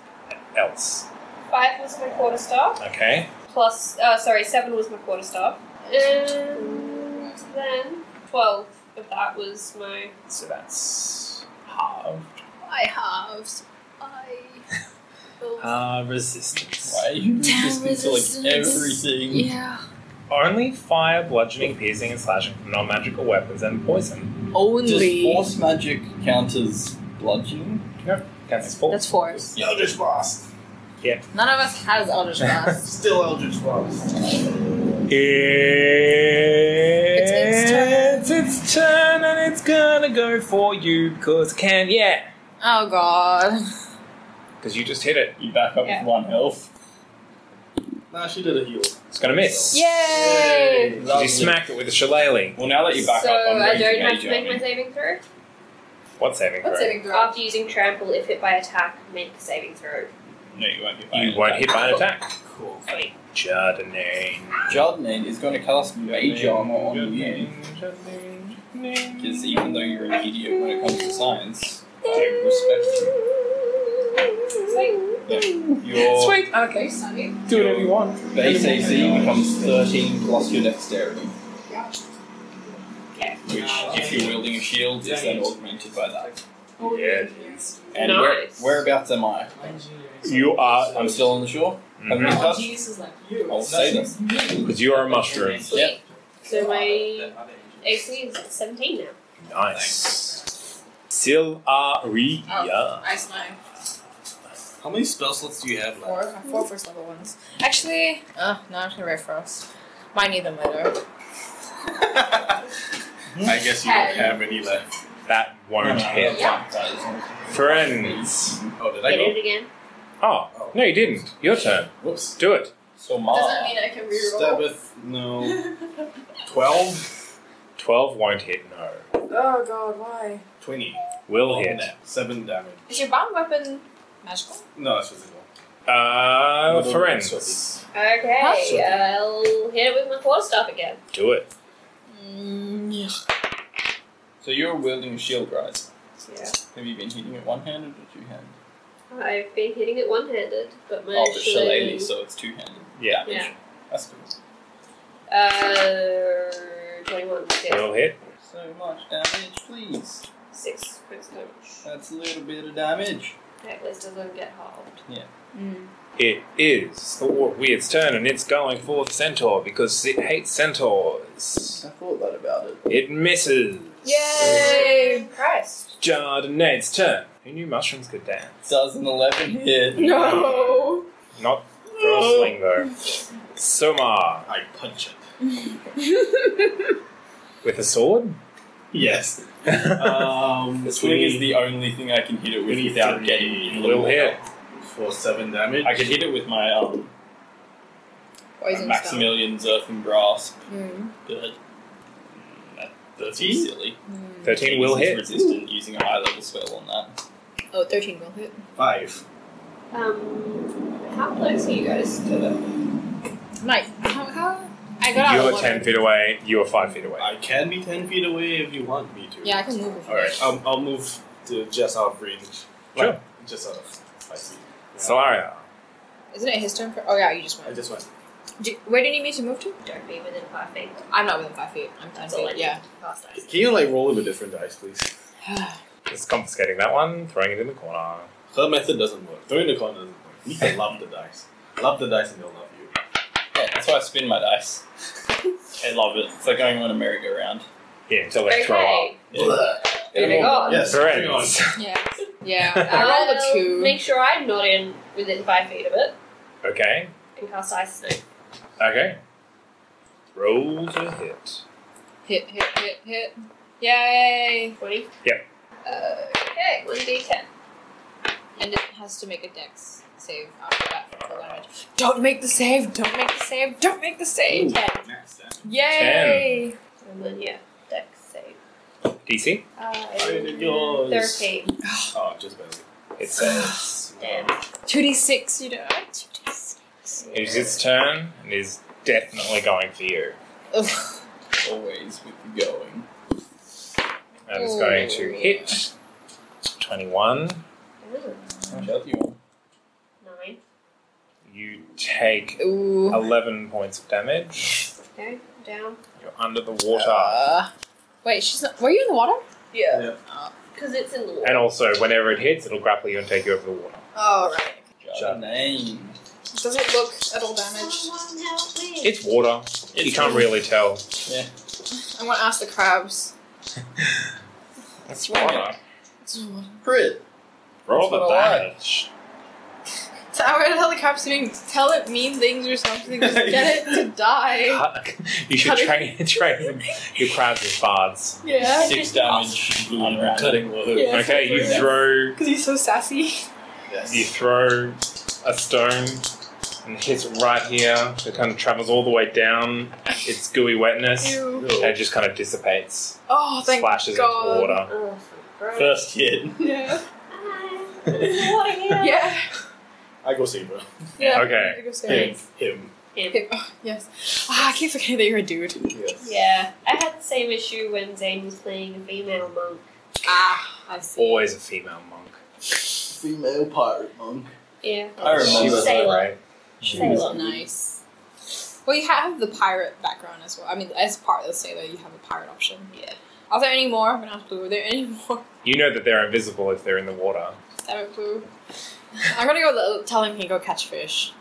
[SPEAKER 3] else?
[SPEAKER 8] Five was my quarter staff.
[SPEAKER 3] Okay.
[SPEAKER 8] Plus, uh, sorry, seven was my quarter staff. And then 12 of that was my.
[SPEAKER 3] So that's halved.
[SPEAKER 4] I halves. I.
[SPEAKER 3] Uh, resistance.
[SPEAKER 7] Why are you resistant to like everything?
[SPEAKER 4] Yeah.
[SPEAKER 3] Only fire, bludgeoning, piercing, and slashing from non magical weapons and poison.
[SPEAKER 7] Does
[SPEAKER 4] Only.
[SPEAKER 7] force magic count as bludgeoning?
[SPEAKER 3] Yep. Counts as four.
[SPEAKER 4] That's force.
[SPEAKER 6] Eldritch Blast.
[SPEAKER 4] None of us has Eldritch Blast.
[SPEAKER 6] Still Eldritch Blast.
[SPEAKER 3] It's,
[SPEAKER 4] its turn.
[SPEAKER 3] It's its turn and it's gonna go for you because can, yeah.
[SPEAKER 4] oh god.
[SPEAKER 3] Because you just hit it.
[SPEAKER 7] You back up
[SPEAKER 8] Yeah.
[SPEAKER 7] with one health.
[SPEAKER 6] Nah, she did a heal.
[SPEAKER 3] It's gonna miss.
[SPEAKER 4] Yay!
[SPEAKER 3] Because
[SPEAKER 7] Lovely.
[SPEAKER 3] you smacked it with a shillelagh.
[SPEAKER 7] Well, now that you back
[SPEAKER 8] so
[SPEAKER 7] up, I'm
[SPEAKER 8] I don't
[SPEAKER 7] going to
[SPEAKER 8] have
[SPEAKER 7] engage
[SPEAKER 8] to make
[SPEAKER 7] on
[SPEAKER 8] my
[SPEAKER 7] you.
[SPEAKER 8] saving throw.
[SPEAKER 3] What saving throw?
[SPEAKER 4] What's saving throw?
[SPEAKER 8] After using trample, if hit by attack, make a saving throw.
[SPEAKER 7] No, you won't hit. by
[SPEAKER 3] You
[SPEAKER 7] it.
[SPEAKER 3] won't hit by an attack.
[SPEAKER 6] Cool.
[SPEAKER 8] Sweet.
[SPEAKER 3] Chardonnay.
[SPEAKER 7] Jardinade is going to cast Mage Armor on you. Because even though you're an idiot when it comes to science, I
[SPEAKER 4] Sweet.
[SPEAKER 7] respect you. Yeah. Your
[SPEAKER 4] Sweet. Okay, Sunny.
[SPEAKER 7] do whatever you want. Base AC becomes 13 plus your dexterity,
[SPEAKER 8] Okay.
[SPEAKER 7] which, if you're wielding a shield, is then augmented by that.
[SPEAKER 3] Yeah.
[SPEAKER 7] And
[SPEAKER 8] Nice.
[SPEAKER 7] where, whereabouts am I?
[SPEAKER 3] You are. Mm-hmm.
[SPEAKER 7] I'm still on the shore. Haven't been
[SPEAKER 4] Oh,
[SPEAKER 7] touched. I'll say them.
[SPEAKER 3] Because you are a mushroom.
[SPEAKER 8] Sweet. So my AC is 17 now.
[SPEAKER 3] Nice. Silveria.
[SPEAKER 4] Ice nine.
[SPEAKER 6] How many spell slots do you have left?
[SPEAKER 4] Four. Four first level ones. Actually, uh, no, I'm just gonna write frost. Might need them later.
[SPEAKER 6] I guess you don't have any left.
[SPEAKER 3] That won't hit.
[SPEAKER 7] That is not-
[SPEAKER 3] Friends.
[SPEAKER 6] Oh, did I
[SPEAKER 8] Hit
[SPEAKER 6] go?
[SPEAKER 8] it again.
[SPEAKER 3] Oh, no, you didn't. Your turn.
[SPEAKER 6] Whoops.
[SPEAKER 3] Do it.
[SPEAKER 7] So Mara.
[SPEAKER 4] I can
[SPEAKER 6] Stabbeth, no. 12?
[SPEAKER 3] 12 won't hit, no.
[SPEAKER 4] Oh god, why?
[SPEAKER 6] 20. Oh,
[SPEAKER 3] Will hit.
[SPEAKER 6] 7 damage.
[SPEAKER 4] Is your bomb weapon magical?
[SPEAKER 6] No, that's physical.
[SPEAKER 3] Uh,
[SPEAKER 6] Little
[SPEAKER 3] Friends.
[SPEAKER 8] Okay,
[SPEAKER 6] Sweet.
[SPEAKER 8] I'll hit it with my quarterstaff again.
[SPEAKER 3] Do it.
[SPEAKER 8] Mm,
[SPEAKER 7] So you're wielding a shield, right?
[SPEAKER 8] Yeah.
[SPEAKER 7] Have you been hitting it one handed or two handed?
[SPEAKER 8] I've been hitting it one handed, but my
[SPEAKER 7] Oh, but
[SPEAKER 8] shillelagh-
[SPEAKER 7] shillelagh, so it's two handed.
[SPEAKER 3] Yeah.
[SPEAKER 8] Yeah.
[SPEAKER 7] That's cool.
[SPEAKER 8] Uh, 21. Yeah.
[SPEAKER 3] Will hit.
[SPEAKER 7] So much damage, please.
[SPEAKER 8] Six points of damage.
[SPEAKER 7] That's a little bit of damage.
[SPEAKER 8] Okay, at least it doesn't get halved.
[SPEAKER 3] It is the War Weird's turn, and it's going for the centaur because it hates centaurs.
[SPEAKER 7] I thought that about it.
[SPEAKER 3] It misses.
[SPEAKER 4] Yay!
[SPEAKER 8] Christ.
[SPEAKER 3] Jardine's turn. Who knew mushrooms could dance?
[SPEAKER 7] Does an 11 hit?
[SPEAKER 4] No!
[SPEAKER 3] Not crossling though. Soma
[SPEAKER 6] I punch it.
[SPEAKER 3] with a sword.
[SPEAKER 6] Yes. um,
[SPEAKER 7] The swing is the only thing I can hit it with
[SPEAKER 6] Twenty
[SPEAKER 7] without
[SPEAKER 6] three
[SPEAKER 7] getting a little
[SPEAKER 3] Will hit.
[SPEAKER 7] help.
[SPEAKER 6] For 7 damage.
[SPEAKER 7] I can hit it with my um,
[SPEAKER 4] Poison spell.
[SPEAKER 7] Maximilian's Earthen Grasp,
[SPEAKER 4] Mm.
[SPEAKER 7] but that- that's too silly.
[SPEAKER 3] Thirteen will
[SPEAKER 7] Since
[SPEAKER 3] hit.
[SPEAKER 7] It's resistant using a high level spell on that.
[SPEAKER 4] Oh, 13 will hit.
[SPEAKER 6] 5.
[SPEAKER 8] Um, how close are you guys to the.
[SPEAKER 4] Mike, how? how? I got out
[SPEAKER 3] You
[SPEAKER 4] of
[SPEAKER 3] are
[SPEAKER 4] water.
[SPEAKER 3] ten feet away. You are five feet away.
[SPEAKER 6] I can be 10 feet away if you want me to.
[SPEAKER 4] Yeah, I can move. if you
[SPEAKER 6] Alright, um,
[SPEAKER 4] wish.
[SPEAKER 6] I'll, I'll move to just out of range.
[SPEAKER 3] Sure.
[SPEAKER 6] Like, Just out of my feet.
[SPEAKER 3] Solaria.
[SPEAKER 4] Isn't it his turn? For- oh yeah, you just
[SPEAKER 6] I
[SPEAKER 4] went.
[SPEAKER 6] just went.
[SPEAKER 4] Do- where did you need to move to?
[SPEAKER 8] Don't be within five feet.
[SPEAKER 4] I'm not within five feet. I'm ten
[SPEAKER 8] That's all I
[SPEAKER 4] feet.
[SPEAKER 8] need.
[SPEAKER 4] Yeah.
[SPEAKER 8] Fast eyes.
[SPEAKER 6] Can you like roll with a different dice, please?
[SPEAKER 3] It's confiscating that one, throwing it in the corner.
[SPEAKER 6] Her method doesn't work. Throwing the corner doesn't work. You can love the dice. Love the dice and they'll love you.
[SPEAKER 7] Yeah, That's why I spin my dice. I love it. It's like going on a merry-go-round.
[SPEAKER 3] Yeah, until they throw up.
[SPEAKER 8] Okay.
[SPEAKER 7] Yeah.
[SPEAKER 8] Moving on.
[SPEAKER 6] Yes,
[SPEAKER 3] Correct.
[SPEAKER 6] moving on.
[SPEAKER 4] Yeah. Yeah. I rolled a
[SPEAKER 8] I'll
[SPEAKER 4] two.
[SPEAKER 8] Make sure I'm not in within five feet of it
[SPEAKER 3] Okay.
[SPEAKER 8] and cast ice snow.
[SPEAKER 3] Okay. Roll to hit.
[SPEAKER 4] Hit, hit, hit, hit. Yay!
[SPEAKER 8] Twenty.
[SPEAKER 3] Yep.
[SPEAKER 8] Okay, one d ten.
[SPEAKER 4] And it has to make a dex save after that for full damage. Don't make the save! Don't make the save! Don't make the save!
[SPEAKER 8] Ten.
[SPEAKER 4] Yay!
[SPEAKER 8] And then yeah, deck save.
[SPEAKER 3] DC?
[SPEAKER 8] Uh,
[SPEAKER 6] Yours.
[SPEAKER 8] Thirteen.
[SPEAKER 6] Oh, just barely.
[SPEAKER 3] It says.
[SPEAKER 8] Damn.
[SPEAKER 4] 2d6, you know? 2d6.
[SPEAKER 3] It is its turn and is definitely going for you.
[SPEAKER 4] Ugh.
[SPEAKER 7] Always with the going.
[SPEAKER 3] That is going to hit. 21.
[SPEAKER 8] Ooh,
[SPEAKER 7] How much health you want?
[SPEAKER 8] Nine.
[SPEAKER 3] You take
[SPEAKER 4] Ooh.
[SPEAKER 3] 11 points of damage.
[SPEAKER 8] Okay, down.
[SPEAKER 3] You're under the water.
[SPEAKER 6] Ah.
[SPEAKER 4] Uh, wait, she's not. Were you in the water?
[SPEAKER 8] Yeah.
[SPEAKER 6] Yeah.
[SPEAKER 8] Because it's in the water.
[SPEAKER 3] and also, whenever it hits, it'll grapple you and take you over the water.
[SPEAKER 4] Oh, right.
[SPEAKER 7] Chardonnay.
[SPEAKER 4] Does it look at all damaged?
[SPEAKER 8] Someone help me.
[SPEAKER 3] It's water. you can't really tell.
[SPEAKER 4] I want to ask the crabs.
[SPEAKER 3] It's water.
[SPEAKER 8] Mm.
[SPEAKER 7] Crit.
[SPEAKER 3] Roll
[SPEAKER 7] That's
[SPEAKER 3] the
[SPEAKER 7] what I like.
[SPEAKER 3] damage.
[SPEAKER 4] So I want to tell the crabs to mean, tell it mean things or something. Just get it to die.
[SPEAKER 3] Cut- You should
[SPEAKER 4] Cut it.
[SPEAKER 3] train train your crabs as bards.
[SPEAKER 4] Yeah.
[SPEAKER 7] Six damage. Unwrapped.
[SPEAKER 4] Yeah.
[SPEAKER 3] Okay, you
[SPEAKER 7] Yeah.
[SPEAKER 3] throw
[SPEAKER 4] Because he's so sassy.
[SPEAKER 3] you
[SPEAKER 6] Yes.
[SPEAKER 3] throw a stone and it hits right here. It kind of travels all the way down its gooey wetness
[SPEAKER 4] Ew.
[SPEAKER 3] and it just kind of dissipates,
[SPEAKER 4] Oh, thank
[SPEAKER 3] splashes into
[SPEAKER 4] God.
[SPEAKER 3] the water.
[SPEAKER 8] Oh, gross.
[SPEAKER 7] First hit.
[SPEAKER 4] Yeah.
[SPEAKER 8] Hi. There's water here.
[SPEAKER 4] Yeah.
[SPEAKER 6] I go see bro.
[SPEAKER 4] Yeah.
[SPEAKER 3] Okay.
[SPEAKER 4] You go say it.
[SPEAKER 8] Nice.
[SPEAKER 6] Him.
[SPEAKER 8] Him.
[SPEAKER 4] Oh, yes. Ah, I keep forgetting that you're a dude.
[SPEAKER 6] Yes.
[SPEAKER 8] Yeah, I had the same issue when Zane was playing a female monk.
[SPEAKER 4] Ah, I see.
[SPEAKER 3] Always a female monk.
[SPEAKER 6] Female pirate monk.
[SPEAKER 8] Yeah,
[SPEAKER 7] I
[SPEAKER 3] She
[SPEAKER 7] remember
[SPEAKER 3] was
[SPEAKER 7] that.
[SPEAKER 8] Sailor.
[SPEAKER 3] right.
[SPEAKER 8] Sailor.
[SPEAKER 4] Nice. Well, you have the pirate background as well. I mean, as part of the sailor, you have a pirate option. Yeah. Are there any more? I'm gonna ask Blue. Are there any more?
[SPEAKER 3] You know that they're invisible if they're in the water.
[SPEAKER 4] Damn it, Blue. I'm gonna go l- tell him he can go catch fish.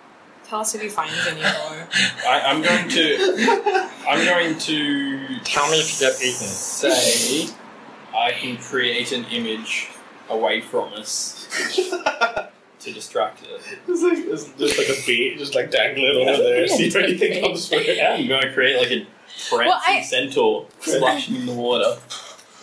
[SPEAKER 4] Tell us if he finds any more.
[SPEAKER 7] I, I'm going to. I'm going to.
[SPEAKER 3] Tell me if you get eaten.
[SPEAKER 7] Say, I can create an image away from us to distract it.
[SPEAKER 6] It's like it's just like a bait, just like dangling over there. See if anything comes for it.
[SPEAKER 7] I'm going to create like a prancing
[SPEAKER 4] Well, I-
[SPEAKER 7] centaur splashing in the water.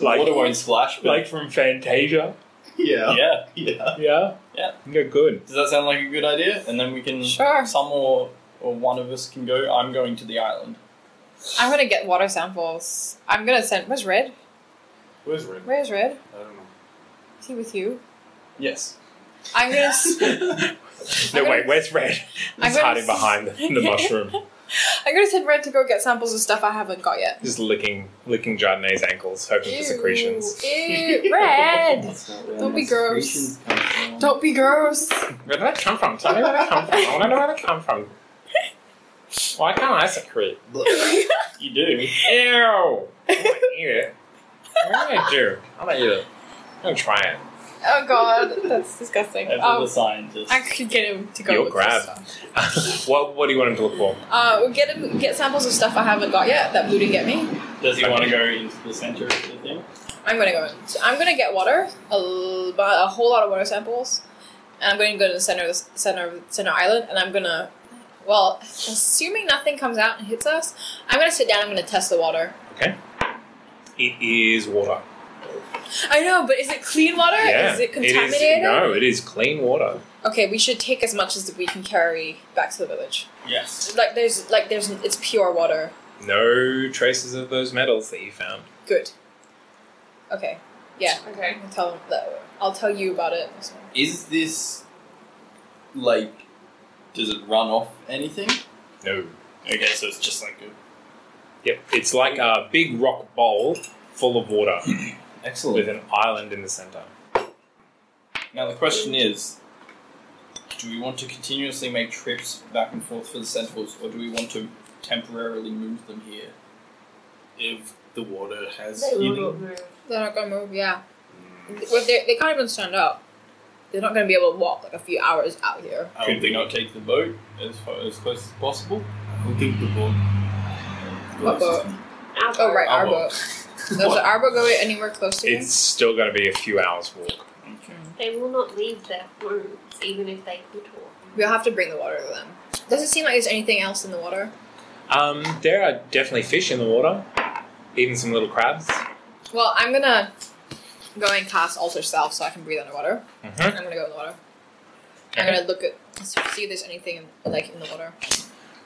[SPEAKER 3] Like-
[SPEAKER 7] water won't splash, but
[SPEAKER 3] Like from Fantasia.
[SPEAKER 6] Yeah.
[SPEAKER 7] yeah.
[SPEAKER 6] Yeah.
[SPEAKER 3] Yeah?
[SPEAKER 7] Yeah.
[SPEAKER 3] You're good.
[SPEAKER 7] Does that sound like a good idea? And then we can
[SPEAKER 4] Sure.
[SPEAKER 7] some or, or one of us can go. I'm going to the island.
[SPEAKER 4] I'm gonna get water samples. I'm gonna send. Where's Red?
[SPEAKER 6] Where's Rin?
[SPEAKER 4] Where's Red?
[SPEAKER 6] I don't know.
[SPEAKER 4] Is he with you?
[SPEAKER 7] Yes.
[SPEAKER 4] I'm gonna. s-
[SPEAKER 3] No,
[SPEAKER 4] I'm gonna-
[SPEAKER 3] wait, where's Red?
[SPEAKER 4] I'm
[SPEAKER 3] It's
[SPEAKER 4] gonna-
[SPEAKER 3] hiding behind the, the mushroom.
[SPEAKER 4] I'm gonna send Red to go get samples of stuff I haven't got yet.
[SPEAKER 3] Just licking licking Jardinay's ankles, hoping for secretions.
[SPEAKER 4] Ew, ew, Red! Don't be gross. Don't be gross.
[SPEAKER 3] Where did that come from? Tell me where that come from. I want to know where that come from. Why can't I secrete?
[SPEAKER 7] You do.
[SPEAKER 3] Ew! I'm gonna eat it. What am I gonna do? I'm gonna eat it. I'm gonna try it.
[SPEAKER 4] Oh god, that's disgusting.
[SPEAKER 7] Ever the
[SPEAKER 4] Um,
[SPEAKER 7] scientist.
[SPEAKER 4] I could get him to go.
[SPEAKER 3] You'll
[SPEAKER 4] with
[SPEAKER 3] grab.
[SPEAKER 4] this stuff.
[SPEAKER 3] what What do you want him to look for?
[SPEAKER 4] Uh, we'll get him get samples of stuff I haven't got yet that Blue didn't get me.
[SPEAKER 7] Does he want to go into the center of the thing?
[SPEAKER 4] I'm gonna go. In. So I'm gonna get water, a, l- but a whole lot of water samples, and I'm going to go to the center of the s- center of center island, and I'm gonna. Well, assuming nothing comes out and hits us, I'm gonna sit down. I'm gonna test the water.
[SPEAKER 3] It is water.
[SPEAKER 4] I know, but is it clean water?
[SPEAKER 3] Yeah.
[SPEAKER 4] Is it
[SPEAKER 3] is-
[SPEAKER 4] contaminated?
[SPEAKER 3] no, it is clean water.
[SPEAKER 4] Okay, we should take as much as we can carry back to the village.
[SPEAKER 7] Yes.
[SPEAKER 4] Like there's like there's it's pure water.
[SPEAKER 3] No traces of those metals that you found.
[SPEAKER 4] Good. Okay. Yeah.
[SPEAKER 8] Okay.
[SPEAKER 4] I'll tell that. I'll tell you about it. So-
[SPEAKER 7] Is this like? Does it run off anything?
[SPEAKER 3] No.
[SPEAKER 7] Okay, so it's just like a,
[SPEAKER 3] Yep. It's like a big rock bowl full of water
[SPEAKER 7] excellent.
[SPEAKER 3] with an island in the center.
[SPEAKER 7] Now the question is, do we want to continuously make trips back and forth for the Sentinels, or do we want to temporarily move them here?
[SPEAKER 6] If the water has
[SPEAKER 8] They will not
[SPEAKER 6] healing.
[SPEAKER 8] move.
[SPEAKER 4] They're not gonna move. Yeah. Well, they they can't even stand up. They're not gonna be able to walk like a few hours out here.
[SPEAKER 6] I don't
[SPEAKER 7] Could we
[SPEAKER 6] think
[SPEAKER 7] not take the boat as far, as close as possible?
[SPEAKER 6] I don't think the boat.
[SPEAKER 4] What boat?
[SPEAKER 8] Our
[SPEAKER 4] Oh, right, our
[SPEAKER 6] Our
[SPEAKER 4] boat. Does the Arbor go anywhere close to you?
[SPEAKER 3] It's still going to be a few hours walk.
[SPEAKER 8] They will not leave their rooms, even if they could talk.
[SPEAKER 4] We'll have to bring the water to them. Does it seem like there's anything else in the water?
[SPEAKER 3] Um, there are definitely fish in the water, even some little crabs.
[SPEAKER 4] Well, I'm gonna go and cast Alter Self so I can breathe underwater.
[SPEAKER 3] Mhm.
[SPEAKER 4] I'm gonna go in the water. I'm gonna look at see if there's anything in, like in the water.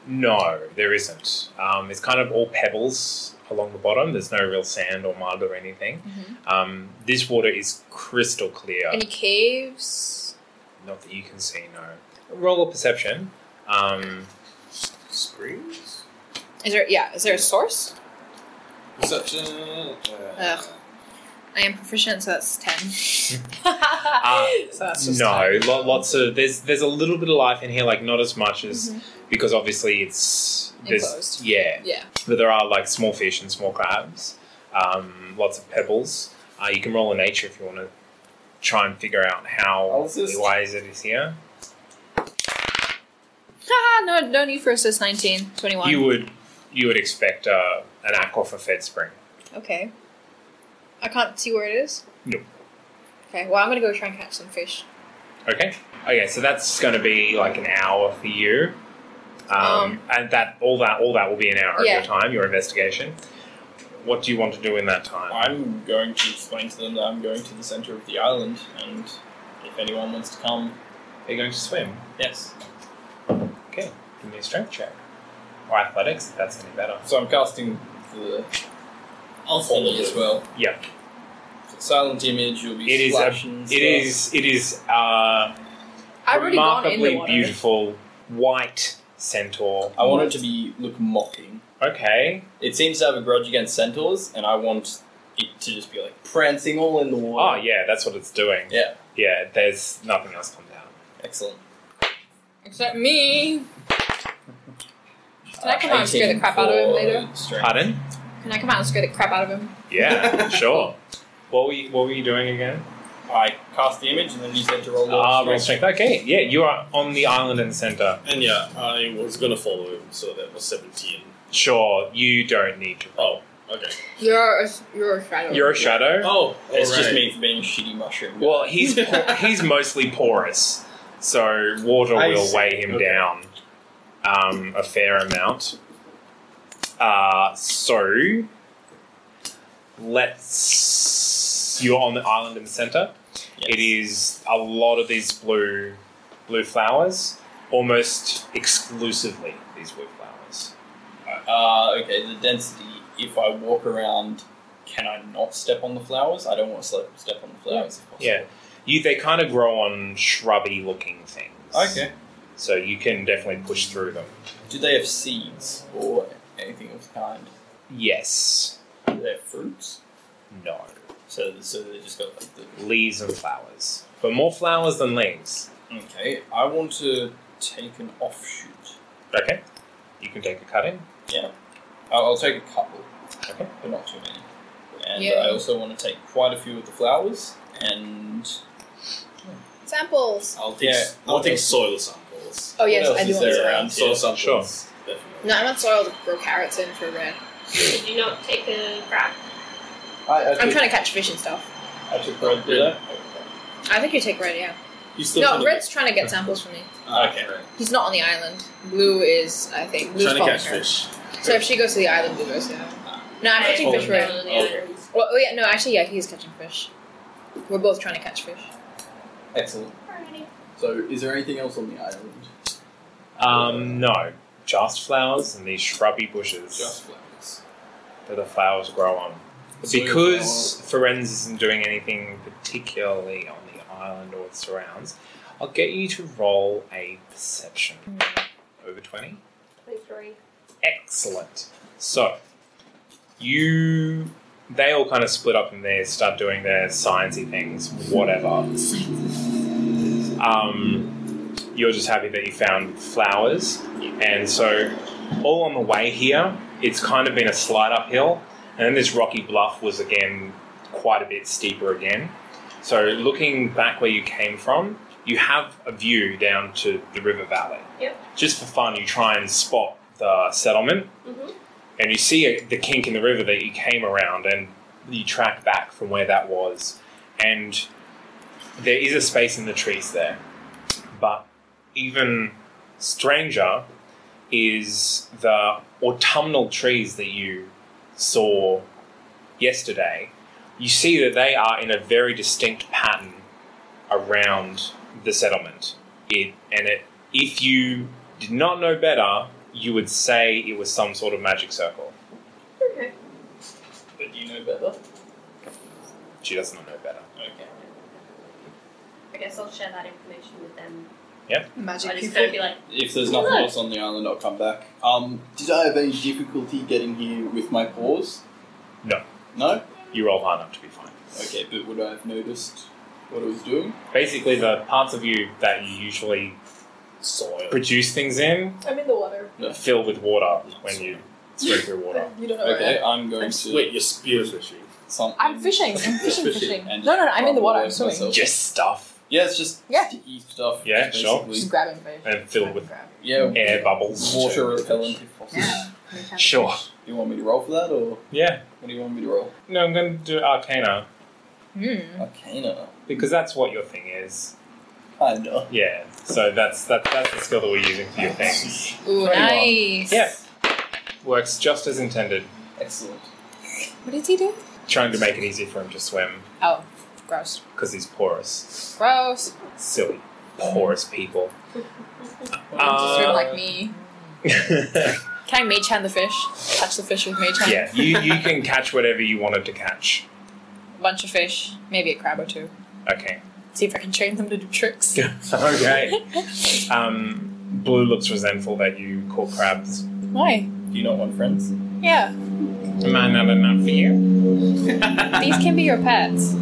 [SPEAKER 3] No, there isn't. Um, it's kind of all pebbles along the bottom. There's no real sand or mud or anything. Um, this water is crystal clear.
[SPEAKER 4] Mm-hmm. Any caves?
[SPEAKER 3] Not that you can see, no. Roll a perception. Um,
[SPEAKER 6] Springs?
[SPEAKER 4] Is there? Yeah. Is there a source?
[SPEAKER 6] Perception. Uh,
[SPEAKER 4] Ugh. I am proficient, so that's ten. Ah, so that's just
[SPEAKER 3] Uh, no,
[SPEAKER 4] 10.
[SPEAKER 3] lo- lots of there's there's a little bit of life in here, like not as much as because obviously it's there's,
[SPEAKER 4] Mm-hmm. Enclosed.
[SPEAKER 3] Yeah,
[SPEAKER 4] Yeah.
[SPEAKER 3] but there are like small fish and small crabs. Um, lots of pebbles. Uh, you can roll a nature if you want to try and figure out
[SPEAKER 6] I'll
[SPEAKER 3] how
[SPEAKER 6] assist.
[SPEAKER 3] why is it is here.
[SPEAKER 4] Haha, no, no need for assist 19, 21.
[SPEAKER 3] You would you would expect uh, an aquifer fed spring.
[SPEAKER 4] Okay. I can't see where it is.
[SPEAKER 3] No.
[SPEAKER 4] Okay, well, I'm gonna go try and catch some fish.
[SPEAKER 3] Okay. Okay, so that's going to be like an hour for you, um,
[SPEAKER 4] Um,
[SPEAKER 3] and that all that all that will be an hour of
[SPEAKER 4] Yeah.
[SPEAKER 3] your time, your investigation. What do you want to do in that time?
[SPEAKER 7] I'm going to explain to them that I'm going to the center of the island, and if anyone wants to come,
[SPEAKER 3] Are you going to swim?
[SPEAKER 7] yes.
[SPEAKER 3] Okay, give me a strength check or athletics if that's any better.
[SPEAKER 7] So I'm casting the alchemy as well.
[SPEAKER 3] Yeah,
[SPEAKER 7] So silent image. You'll be
[SPEAKER 3] it is. A,
[SPEAKER 7] splash and
[SPEAKER 3] it is. It is. Uh,
[SPEAKER 4] I've already gone in the
[SPEAKER 3] remarkably
[SPEAKER 4] water.
[SPEAKER 3] beautiful white centaur.
[SPEAKER 7] I want it to be look mocking.
[SPEAKER 3] Okay.
[SPEAKER 7] It seems to have a grudge against centaurs, and I want it to just be like prancing all in the
[SPEAKER 3] Oh
[SPEAKER 7] water.
[SPEAKER 3] yeah, that's what it's doing.
[SPEAKER 7] Yeah,
[SPEAKER 3] Yeah, there's nothing else comes out.
[SPEAKER 7] excellent.
[SPEAKER 4] Except me. Can I come out and scare the
[SPEAKER 7] 18
[SPEAKER 4] crap out of him
[SPEAKER 7] for
[SPEAKER 4] later?
[SPEAKER 7] strength.
[SPEAKER 3] Pardon?
[SPEAKER 4] Can I come out and scare the crap out of him?
[SPEAKER 3] Yeah, sure. What were you, what were you doing again?
[SPEAKER 7] I cast the image, and then you said to roll.
[SPEAKER 3] Ah,
[SPEAKER 7] the
[SPEAKER 3] roll strength. Okay, yeah, you are on the island in the center.
[SPEAKER 6] And yeah, I was gonna follow him, so that was 17.
[SPEAKER 3] Sure, you don't need to.
[SPEAKER 6] Oh, okay.
[SPEAKER 4] You're a, you're a shadow.
[SPEAKER 3] You're a shadow.
[SPEAKER 6] Oh,
[SPEAKER 7] It's
[SPEAKER 6] alright.
[SPEAKER 7] just me for being a shitty mushroom.
[SPEAKER 3] Well, he's po- he's mostly porous, so water
[SPEAKER 6] I
[SPEAKER 3] will
[SPEAKER 6] see.
[SPEAKER 3] weigh him
[SPEAKER 6] Okay.
[SPEAKER 3] down um, a fair amount. Uh, so let's. You're on the island in the center. It is a lot of these blue blue flowers, almost exclusively these blue flowers.
[SPEAKER 7] Uh, okay, the density. If I walk around, can I not step on the flowers? I don't want to slip, step on the flowers. if possible.
[SPEAKER 3] Yeah, you they kind of grow on shrubby looking things.
[SPEAKER 7] Okay.
[SPEAKER 3] so you can definitely push through them.
[SPEAKER 7] Do they have seeds or anything of the kind?
[SPEAKER 3] Yes.
[SPEAKER 7] Do they have fruits?
[SPEAKER 3] No.
[SPEAKER 7] So, so they just got like the.
[SPEAKER 3] Leaves and flowers. But more flowers than leaves.
[SPEAKER 7] Okay, I want to take an offshoot.
[SPEAKER 3] Okay. You can take a cut in.
[SPEAKER 7] Yeah, I'll, I'll take a couple,
[SPEAKER 3] Okay.
[SPEAKER 7] but not too many. And
[SPEAKER 4] Yeah.
[SPEAKER 7] I also want to take quite a few of the flowers, and
[SPEAKER 4] Samples.
[SPEAKER 6] I'll take,
[SPEAKER 7] Yeah,
[SPEAKER 6] I'll
[SPEAKER 7] what
[SPEAKER 6] take
[SPEAKER 7] else-
[SPEAKER 6] soil samples.
[SPEAKER 4] Oh, yes,
[SPEAKER 7] what else
[SPEAKER 4] I do
[SPEAKER 7] is
[SPEAKER 4] want
[SPEAKER 7] there
[SPEAKER 4] soil.
[SPEAKER 7] around?
[SPEAKER 6] Soil
[SPEAKER 7] here?
[SPEAKER 6] samples.
[SPEAKER 3] Sure.
[SPEAKER 6] Definitely.
[SPEAKER 4] No, I want soil to grow carrots in for red.
[SPEAKER 8] Did you not take a crack?
[SPEAKER 7] I, I
[SPEAKER 4] I'm trying to catch fish and stuff.
[SPEAKER 7] I took red, did I?
[SPEAKER 4] I think you take red, yeah.
[SPEAKER 6] You still
[SPEAKER 4] No,
[SPEAKER 6] kinda-
[SPEAKER 4] red's trying to get samples from me.
[SPEAKER 6] Ah, okay. Right.
[SPEAKER 4] He's not on the island. Blue is, I think. Blue's
[SPEAKER 6] Trying to
[SPEAKER 4] following
[SPEAKER 6] catch
[SPEAKER 4] her.
[SPEAKER 6] fish.
[SPEAKER 4] So if she goes to the island, Blue goes to the island. No, I'm catching
[SPEAKER 6] Oh,
[SPEAKER 4] fish for
[SPEAKER 8] Down
[SPEAKER 4] red.
[SPEAKER 8] on the
[SPEAKER 6] Oh.
[SPEAKER 8] islands.
[SPEAKER 4] Well, oh yeah, no, actually, yeah, he's catching fish. We're both trying to catch fish.
[SPEAKER 7] Excellent.
[SPEAKER 8] Alrighty.
[SPEAKER 7] So, is there anything else on the island?
[SPEAKER 3] Um, no. Just flowers and these shrubby bushes
[SPEAKER 6] Just flowers.
[SPEAKER 3] that the flowers grow on.
[SPEAKER 7] Soil
[SPEAKER 3] Because Ferenz isn't doing anything particularly on the island or its surrounds, I'll get you to roll a perception. Over 20.
[SPEAKER 8] 23.
[SPEAKER 3] Excellent. So, you. They all kind of split up and they start doing their sciencey things, whatever. Um, you're just happy that you found flowers, and so all on the way here, it's kind of been a slide uphill, and then this rocky bluff was again quite a bit steeper again. So, looking back where you came from, you have a view down to the river valley
[SPEAKER 8] Yep.
[SPEAKER 3] just for fun, you try and spot the settlement,
[SPEAKER 8] Mhm.
[SPEAKER 3] and you see a, the kink in the river that you came around, and you track back from where that was, and there is a space in the trees there, but even stranger is the autumnal trees that you saw yesterday. You see that they are in a very distinct pattern around the settlement. It and it if you did not know better, you would say it was some sort of magic circle.
[SPEAKER 8] Okay.
[SPEAKER 7] But do you know better?
[SPEAKER 3] She does not know better.
[SPEAKER 7] Okay.
[SPEAKER 8] I guess I'll share that information with them.
[SPEAKER 4] Magic
[SPEAKER 8] I just
[SPEAKER 4] people.
[SPEAKER 8] don't be like,
[SPEAKER 7] If there's nothing
[SPEAKER 8] Hello.
[SPEAKER 7] else on the island, I'll come back. Um, did I have any difficulty getting here with my paws?
[SPEAKER 3] No.
[SPEAKER 7] No?
[SPEAKER 3] You roll hard enough to be fine.
[SPEAKER 7] Okay, but would I have noticed what I was doing?
[SPEAKER 3] Basically the parts of you that you usually
[SPEAKER 7] Soil.
[SPEAKER 3] produce things in
[SPEAKER 4] I'm in the water.
[SPEAKER 3] fill with water when you swim through water.
[SPEAKER 4] You don't know
[SPEAKER 7] Okay,
[SPEAKER 4] where
[SPEAKER 7] Oh, I'm going to
[SPEAKER 6] Wait, your spear fishing.
[SPEAKER 7] something.
[SPEAKER 4] I'm fishing. I'm fishing,
[SPEAKER 6] Fishing.
[SPEAKER 4] fishing.
[SPEAKER 7] And
[SPEAKER 4] No, no, no, I'm in the water. I'm
[SPEAKER 7] rub myself.
[SPEAKER 4] swimming.
[SPEAKER 3] Just stuff.
[SPEAKER 7] Yeah, it's just
[SPEAKER 4] Yeah.
[SPEAKER 7] sticky stuff.
[SPEAKER 3] Yeah, sure.
[SPEAKER 7] basically.
[SPEAKER 4] Just grabbing fish.
[SPEAKER 3] And filled with
[SPEAKER 7] Yeah,
[SPEAKER 3] air bubbles.
[SPEAKER 7] water repellent if possible.
[SPEAKER 3] Sure.
[SPEAKER 7] You want me to roll for that, or
[SPEAKER 3] Yeah.
[SPEAKER 7] what do you want me to roll?
[SPEAKER 3] No, I'm going to do Arcana
[SPEAKER 4] Hmm.
[SPEAKER 7] Arcana.
[SPEAKER 3] because that's what your thing is.
[SPEAKER 7] Kinda.
[SPEAKER 3] Yeah. So that's that, that's the skill that we're using for your thing.
[SPEAKER 4] Ooh,
[SPEAKER 7] Very well.
[SPEAKER 4] nice.
[SPEAKER 3] Yeah. Works just as intended.
[SPEAKER 7] Excellent.
[SPEAKER 4] What did he do?
[SPEAKER 3] Trying to make it easy for him to swim
[SPEAKER 4] Oh, gross.
[SPEAKER 3] because he's porous.
[SPEAKER 4] Gross.
[SPEAKER 3] Silly, porous people.
[SPEAKER 4] Just swim
[SPEAKER 3] Uh,
[SPEAKER 4] like me. Can I Mei Chan the fish? Catch the fish with Mei Chan?
[SPEAKER 3] yeah, you you can catch whatever you wanted to catch.
[SPEAKER 4] A bunch of fish, maybe a crab or two.
[SPEAKER 3] Okay.
[SPEAKER 4] See if I can train them to do tricks.
[SPEAKER 3] okay. Um, Blue looks resentful that you caught crabs.
[SPEAKER 4] Why?
[SPEAKER 7] Do you not want friends?
[SPEAKER 4] Yeah.
[SPEAKER 3] Am I not enough for you?
[SPEAKER 4] These can be your pets.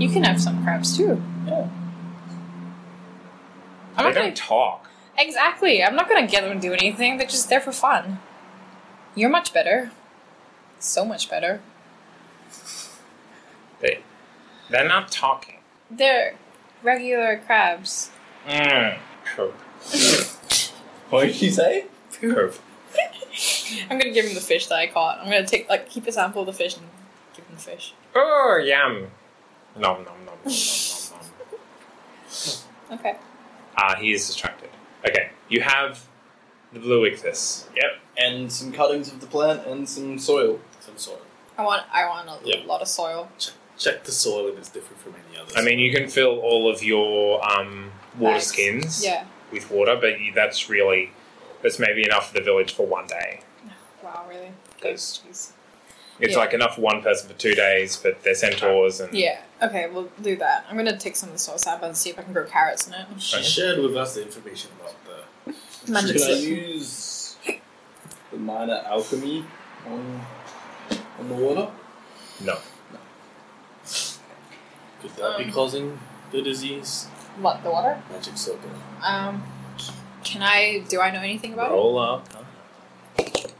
[SPEAKER 4] You can have some crabs too.
[SPEAKER 7] Yeah.
[SPEAKER 3] they
[SPEAKER 4] I'm
[SPEAKER 3] don't
[SPEAKER 4] not gonna
[SPEAKER 3] talk.
[SPEAKER 4] Exactly. I'm not gonna get them to do anything. They're just there for fun. You're much better. So much better.
[SPEAKER 3] They they're not talking.
[SPEAKER 4] They're regular crabs.
[SPEAKER 3] Mm. Poop.
[SPEAKER 7] What did you say?
[SPEAKER 3] Poop.
[SPEAKER 4] I'm gonna give him the fish that I caught. I'm gonna take like keep a sample of the fish and give him the fish.
[SPEAKER 3] Oh, yum. Nom nom nom nom nom nom. nom.
[SPEAKER 4] Okay.
[SPEAKER 3] Ah, he is distracted. Okay, you have the blue ichthys. Yep.
[SPEAKER 7] And some cuttings of the plant and some soil.
[SPEAKER 6] Some soil.
[SPEAKER 4] I want I want a
[SPEAKER 6] Yeah.
[SPEAKER 4] lot of soil.
[SPEAKER 6] Check, check the soil if it's different from any others.
[SPEAKER 3] I mean, you can fill all of your um, water
[SPEAKER 4] Bags.
[SPEAKER 3] skins
[SPEAKER 4] Yeah.
[SPEAKER 3] with water, but you, that's really that's maybe enough for the village for one day.
[SPEAKER 4] Wow, really?
[SPEAKER 3] Good.
[SPEAKER 4] Jeez.
[SPEAKER 3] It's
[SPEAKER 4] Yeah.
[SPEAKER 3] like enough for one person for two days, but they're centaurs and
[SPEAKER 4] Yeah. Okay, we'll do that. I'm gonna take some of the soil sample and see if I can grow carrots in it.
[SPEAKER 6] she shared with us the information about the.
[SPEAKER 4] Magic
[SPEAKER 7] Should I
[SPEAKER 4] soil.
[SPEAKER 7] use the minor alchemy on, on the water?
[SPEAKER 3] no.
[SPEAKER 6] Could
[SPEAKER 7] uh,
[SPEAKER 6] that be
[SPEAKER 4] Um.
[SPEAKER 6] causing the disease?
[SPEAKER 4] What, the water?
[SPEAKER 6] Magic circle.
[SPEAKER 4] Um can I do I know anything about
[SPEAKER 3] Roll up.
[SPEAKER 4] it?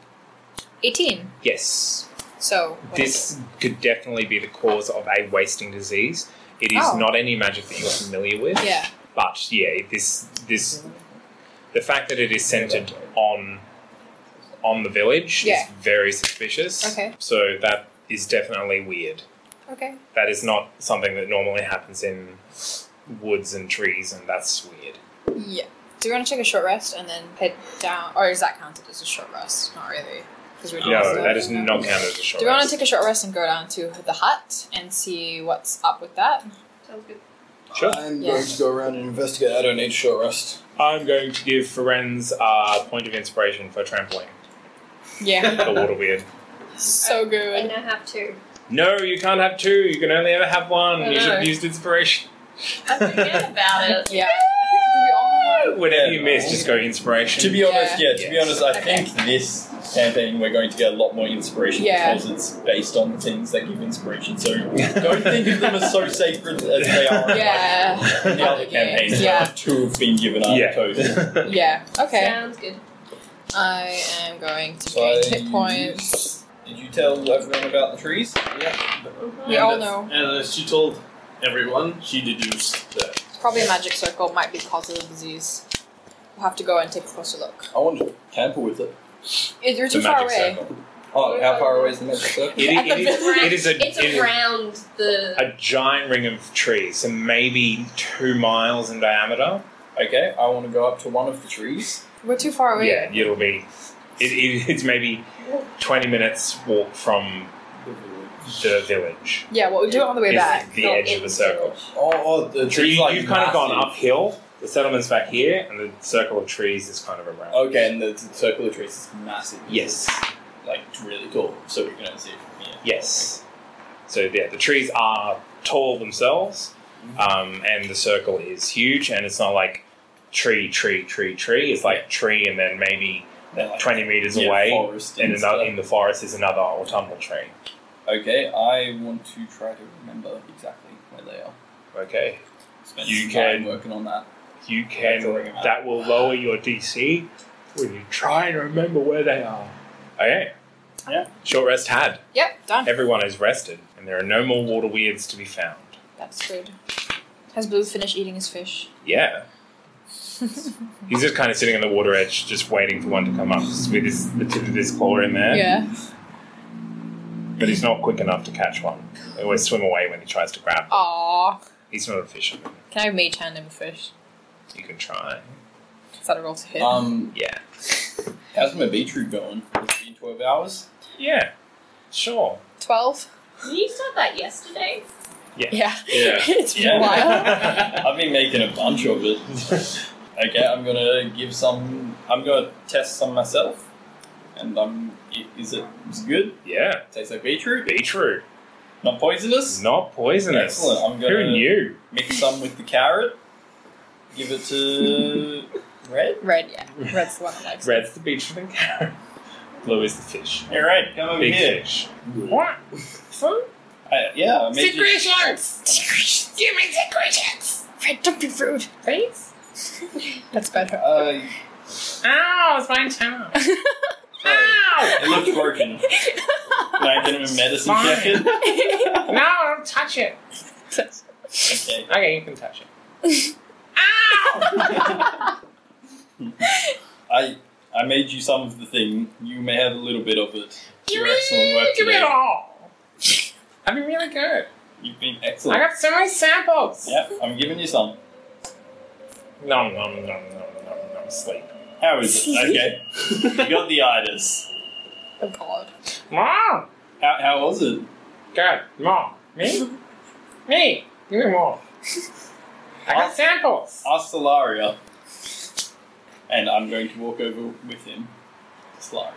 [SPEAKER 4] Eighteen.
[SPEAKER 3] Yes,
[SPEAKER 4] So what is
[SPEAKER 3] this could definitely be the cause of a wasting disease. It is
[SPEAKER 4] Oh.
[SPEAKER 3] not any magic that you're familiar with.
[SPEAKER 4] it? Yeah.
[SPEAKER 3] But yeah, this this the fact that it is centered on on the village
[SPEAKER 4] Yeah.
[SPEAKER 3] is very suspicious.
[SPEAKER 4] Okay.
[SPEAKER 3] So that is definitely weird.
[SPEAKER 4] Okay.
[SPEAKER 3] That is not something that normally happens in woods and trees and that's weird.
[SPEAKER 4] Yeah. Do we want to take a short rest and then head down, or is that counted as a short rest? Not really, because we're doing
[SPEAKER 3] No,
[SPEAKER 4] stuff.
[SPEAKER 3] that is not counted as a short
[SPEAKER 4] Do we want
[SPEAKER 3] rest.
[SPEAKER 4] to take a short rest and go down to the hut and see what's up with that?
[SPEAKER 8] sounds good.
[SPEAKER 3] Sure.
[SPEAKER 7] I'm
[SPEAKER 4] Yeah.
[SPEAKER 7] going to go around and investigate. I don't need short rest.
[SPEAKER 3] I'm going to give Ferenz a point of inspiration for trampling.
[SPEAKER 4] Yeah,
[SPEAKER 3] The water weird.
[SPEAKER 4] so
[SPEAKER 8] And
[SPEAKER 4] good.
[SPEAKER 8] I have two.
[SPEAKER 3] No, you can't have two. You can only ever have one.
[SPEAKER 4] I
[SPEAKER 3] You should
[SPEAKER 4] know.
[SPEAKER 3] have used inspiration.
[SPEAKER 8] I forget about it.
[SPEAKER 4] Yeah. I think we all-
[SPEAKER 3] Whenever you miss, just go inspiration.
[SPEAKER 7] To be honest, yeah, to be
[SPEAKER 3] Yeah.
[SPEAKER 7] honest, I
[SPEAKER 4] Okay.
[SPEAKER 7] think this campaign we're going to get a lot more inspiration
[SPEAKER 4] Yeah.
[SPEAKER 7] because it's based on things that give inspiration. So don't think of them as so sacred as they are.
[SPEAKER 4] Yeah,
[SPEAKER 7] Like the other
[SPEAKER 4] Yeah.
[SPEAKER 7] campaigns,
[SPEAKER 4] Yeah.
[SPEAKER 7] two have been given out
[SPEAKER 3] yeah.
[SPEAKER 7] total.
[SPEAKER 4] yeah. Okay.
[SPEAKER 8] Sounds good.
[SPEAKER 4] I am going to
[SPEAKER 7] So I
[SPEAKER 4] gain hit points.
[SPEAKER 7] use- Did you tell everyone about the trees? Yeah.
[SPEAKER 8] Mhm.
[SPEAKER 4] We
[SPEAKER 6] And
[SPEAKER 4] all
[SPEAKER 6] if-
[SPEAKER 4] know.
[SPEAKER 6] And if she told everyone, she deduced that.
[SPEAKER 4] Probably a magic circle might be cause of the disease. We'll have to go and take a closer look.
[SPEAKER 7] I want to tamper with it.
[SPEAKER 4] It- You're
[SPEAKER 3] It's a
[SPEAKER 4] too far
[SPEAKER 3] magic
[SPEAKER 4] away.
[SPEAKER 3] circle.
[SPEAKER 7] Oh, how far away is the magic circle?
[SPEAKER 3] It,
[SPEAKER 4] At
[SPEAKER 3] it,
[SPEAKER 4] the
[SPEAKER 3] is-
[SPEAKER 4] very-
[SPEAKER 3] it is a,
[SPEAKER 8] it's
[SPEAKER 3] it is
[SPEAKER 8] around the.
[SPEAKER 3] a giant ring of trees, and maybe two miles in diameter.
[SPEAKER 7] Okay, I want to go up to one of the trees.
[SPEAKER 4] We're too far away.
[SPEAKER 3] Yeah, it'll be. It, it, it's maybe twenty minutes walk from the village.
[SPEAKER 4] Yeah, well, we'll do it on the way
[SPEAKER 3] Is
[SPEAKER 4] back.
[SPEAKER 3] the
[SPEAKER 8] not
[SPEAKER 3] edge
[SPEAKER 8] in
[SPEAKER 3] of the circle.
[SPEAKER 8] village.
[SPEAKER 7] Oh, oh the
[SPEAKER 3] So
[SPEAKER 7] trees
[SPEAKER 3] you,
[SPEAKER 7] like
[SPEAKER 3] you've kind of gone
[SPEAKER 7] massive.
[SPEAKER 3] uphill. The settlement's back here, and the circle of trees is kind of around.
[SPEAKER 7] Okay, and the, the circle of trees is massive.
[SPEAKER 3] Yes.
[SPEAKER 7] like it's really tall, so we can only see it from here.
[SPEAKER 3] Yes. So yeah, the trees are tall themselves, um, and the circle is huge, and it's not like tree, tree, tree, tree. It's like tree, and then maybe
[SPEAKER 7] They're like-
[SPEAKER 3] twenty meters
[SPEAKER 7] Yeah,
[SPEAKER 3] away,
[SPEAKER 7] forest
[SPEAKER 3] and
[SPEAKER 7] and
[SPEAKER 3] another,
[SPEAKER 7] stuff.
[SPEAKER 3] in the forest is another autumnal tree.
[SPEAKER 7] Okay, I want to try to remember exactly where they are.
[SPEAKER 3] Okay,
[SPEAKER 7] Spend
[SPEAKER 3] You
[SPEAKER 7] some
[SPEAKER 3] can-
[SPEAKER 7] time working on that.
[SPEAKER 3] you can.
[SPEAKER 7] Drawing 'em out.
[SPEAKER 3] That will lower your DC when you try and remember where they are. Okay.
[SPEAKER 7] Yeah.
[SPEAKER 3] Short rest had.
[SPEAKER 4] Yep, done.
[SPEAKER 3] Everyone is rested, and there are no more water weirds to be found.
[SPEAKER 4] That's good. Has Blue finished eating his fish?
[SPEAKER 3] Yeah. He's just kind of sitting on the water edge, just waiting for one to come up just with his, the tip of his claw in there.
[SPEAKER 4] Yeah.
[SPEAKER 3] But he's not quick enough to catch one. They always swim away when he tries to grab. them.
[SPEAKER 4] Aww.
[SPEAKER 3] He's not a fisherman.
[SPEAKER 4] Can I mage hand him a fish?
[SPEAKER 3] You can try.
[SPEAKER 4] Is that a roll to hit?
[SPEAKER 7] Um,
[SPEAKER 3] Yeah.
[SPEAKER 7] how's my B troop going? It's been twelve hours.
[SPEAKER 3] Yeah. Sure.
[SPEAKER 4] 12?
[SPEAKER 8] You said that yesterday.
[SPEAKER 4] Yeah.
[SPEAKER 3] Yeah.
[SPEAKER 4] it's been a while.
[SPEAKER 3] Yeah.
[SPEAKER 7] I've been making a bunch of it. okay, I'm gonna give some. I'm gonna test some myself, and I'm. i- Is it? It's good.
[SPEAKER 3] yeah.
[SPEAKER 7] Tastes like beetroot.
[SPEAKER 3] Beetroot.
[SPEAKER 7] Not poisonous.
[SPEAKER 3] Not poisonous.
[SPEAKER 7] Excellent. I'm
[SPEAKER 3] Who
[SPEAKER 7] gonna-
[SPEAKER 3] knew?
[SPEAKER 7] Mix some with the carrot. Give it to red.
[SPEAKER 4] Red, yeah. Red's the one I like.
[SPEAKER 3] Red's the beetroot and carrot. Blue is the fish.
[SPEAKER 7] All right, come over
[SPEAKER 3] Big
[SPEAKER 7] here.
[SPEAKER 3] fish. What? Food?
[SPEAKER 7] I, Uh, yeah, I made you.
[SPEAKER 4] arts! Give me secretions! Red, don't be rude. Please? That's better.
[SPEAKER 7] Uh,
[SPEAKER 3] Ow, it's my turn.
[SPEAKER 7] sorry. It looks broken. Can I get him a medicine
[SPEAKER 3] Fine.
[SPEAKER 7] jacket?
[SPEAKER 3] No, don't touch it.
[SPEAKER 7] Okay.
[SPEAKER 3] Okay, you can touch it.
[SPEAKER 7] I I made you some of the thing. You may have a little bit of it. Your excellent work
[SPEAKER 3] Give
[SPEAKER 7] today.
[SPEAKER 3] it all. I've been really good.
[SPEAKER 7] You've been
[SPEAKER 3] I
[SPEAKER 7] excellent.
[SPEAKER 3] got so many samples.
[SPEAKER 7] Yeah, I'm giving you some.
[SPEAKER 3] Nom nom nom nom nom nom. Sleep.
[SPEAKER 7] How is it? Okay. you got the itis.
[SPEAKER 4] Oh god.
[SPEAKER 3] Mom,
[SPEAKER 7] How, how was it?
[SPEAKER 3] good. Mom, me, me. Give me more. I got samples.
[SPEAKER 7] Ask Solaria. And I'm going to walk over with him. Solaria.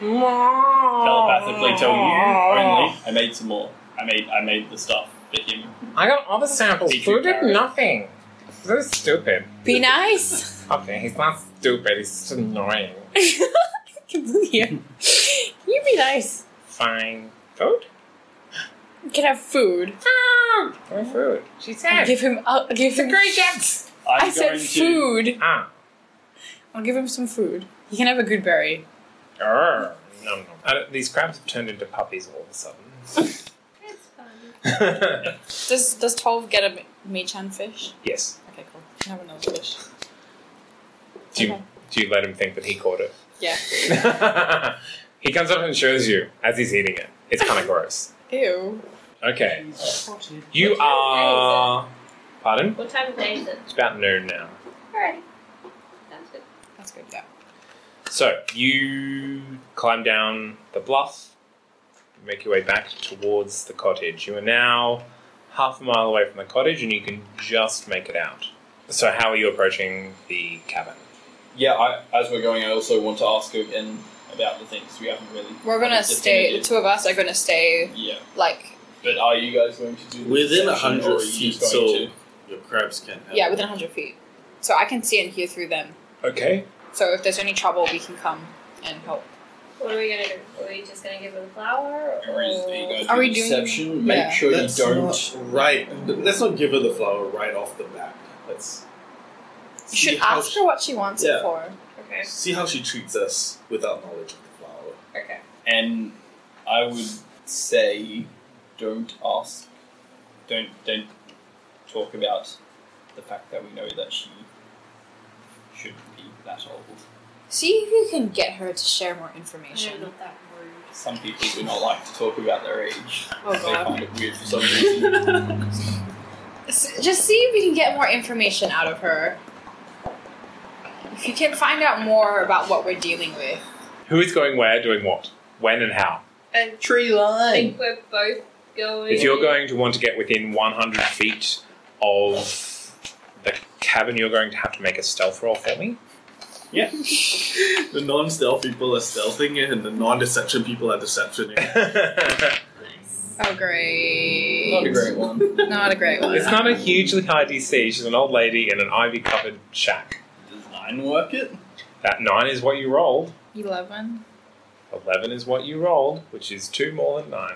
[SPEAKER 3] Mom.
[SPEAKER 7] Telepathically tell you
[SPEAKER 3] Oh.
[SPEAKER 7] only. I made some more. I made I made the stuff for him.
[SPEAKER 3] I got all the samples.
[SPEAKER 7] Did you
[SPEAKER 3] Blue did
[SPEAKER 7] carry it?
[SPEAKER 3] nothing. Blue's stupid.
[SPEAKER 4] Be nice!
[SPEAKER 3] Okay, he's not stupid. He's just annoying.
[SPEAKER 4] Can Blue hear? You be nice.
[SPEAKER 3] Fine. Food?
[SPEAKER 4] You can have food.
[SPEAKER 3] Food! More food. She said.
[SPEAKER 4] I'll give him. I'll give him.
[SPEAKER 3] Secretions!
[SPEAKER 7] I'm
[SPEAKER 4] I said
[SPEAKER 7] going
[SPEAKER 4] food.
[SPEAKER 3] Ah.
[SPEAKER 4] I'll give him some food. He can have a good berry.
[SPEAKER 3] Arr. Nom, nom. I don't- These crabs have turned into puppies all of a
[SPEAKER 8] That's fun.
[SPEAKER 3] sudden.
[SPEAKER 4] Does Does twelve get a ma- mei-chan fish?
[SPEAKER 3] yes.
[SPEAKER 4] Okay, cool. You Can have another fish.
[SPEAKER 3] Do you,
[SPEAKER 4] Okay.
[SPEAKER 3] do you let him think that he caught it?
[SPEAKER 4] Yeah.
[SPEAKER 3] he comes up and shows you as he's eating it. It's kind of gross.
[SPEAKER 4] Ew.
[SPEAKER 3] Okay. You are. Pardon?
[SPEAKER 8] What time of day is it?
[SPEAKER 3] It's about noon now.
[SPEAKER 8] Alright. Sounds good.
[SPEAKER 4] That's good. Yeah.
[SPEAKER 3] So you climb down the bluff, make your way back towards the cottage. You are now half a mile away from the cottage, and you can just make it out. So how are you approaching the cabin?
[SPEAKER 7] Yeah, I, as we're going, I also want to ask her again about the things we haven't really.
[SPEAKER 4] We're gonna
[SPEAKER 7] had a
[SPEAKER 4] stay. The
[SPEAKER 7] definitive-
[SPEAKER 4] two of us are gonna stay.
[SPEAKER 7] Yeah,
[SPEAKER 4] Like
[SPEAKER 7] but are you guys going to do the
[SPEAKER 6] Within
[SPEAKER 7] deception,
[SPEAKER 6] a
[SPEAKER 7] or
[SPEAKER 6] hundred
[SPEAKER 7] are you
[SPEAKER 6] feet,
[SPEAKER 7] just
[SPEAKER 6] so
[SPEAKER 7] going
[SPEAKER 6] your crabs can have.
[SPEAKER 4] yeah, within hundred feet. So I can see and hear through them.
[SPEAKER 3] Okay.
[SPEAKER 4] So if there's any trouble, we can come and help.
[SPEAKER 8] What are we gonna do? Are we just gonna give them flour?
[SPEAKER 7] to? Or is, are you
[SPEAKER 8] Or...
[SPEAKER 7] guys
[SPEAKER 4] Are we
[SPEAKER 7] doing
[SPEAKER 4] doing-
[SPEAKER 7] deception? Make
[SPEAKER 4] yeah.
[SPEAKER 7] sure
[SPEAKER 6] Let's
[SPEAKER 7] you don't.
[SPEAKER 6] not- right. Let's not give her the flower right off the bat. Let's
[SPEAKER 4] You
[SPEAKER 6] see
[SPEAKER 4] should
[SPEAKER 6] how
[SPEAKER 4] ask
[SPEAKER 6] she,
[SPEAKER 4] her what she wants it
[SPEAKER 6] Yeah.
[SPEAKER 4] for.
[SPEAKER 8] Okay.
[SPEAKER 6] see how she treats us without knowledge of the flower.
[SPEAKER 8] Okay.
[SPEAKER 7] And I would say, don't ask. Don't don't talk about the fact that we know that she should be that old.
[SPEAKER 4] See if you can get her to share more
[SPEAKER 8] I'm
[SPEAKER 4] information.
[SPEAKER 8] not that rude.
[SPEAKER 7] Some people do not like to talk about their age.
[SPEAKER 4] Oh,
[SPEAKER 7] they
[SPEAKER 4] God.
[SPEAKER 7] find it weird for some reason.
[SPEAKER 4] S- just see if you can get more information out of her. If you can find out more about what we're dealing with.
[SPEAKER 3] Who is going where, doing what, when, and how?
[SPEAKER 8] I
[SPEAKER 6] Tree
[SPEAKER 8] think we're both going.
[SPEAKER 3] If you're going to want to get within 100 feet of the cabin, you're going to have to make a stealth roll for me.
[SPEAKER 6] Yeah. the non-stealth people are stealthing it, and the non-deception people are deceptioning. it.
[SPEAKER 8] Nice.
[SPEAKER 4] Oh, great.
[SPEAKER 7] not a great one.
[SPEAKER 4] Not a great one.
[SPEAKER 3] it's not a hugely high DC. She's an old lady in an ivy covered shack.
[SPEAKER 7] Does nine work it?
[SPEAKER 3] That 9 is what you rolled.
[SPEAKER 4] 11.
[SPEAKER 3] 11 is what you rolled, which is 2 more than 9.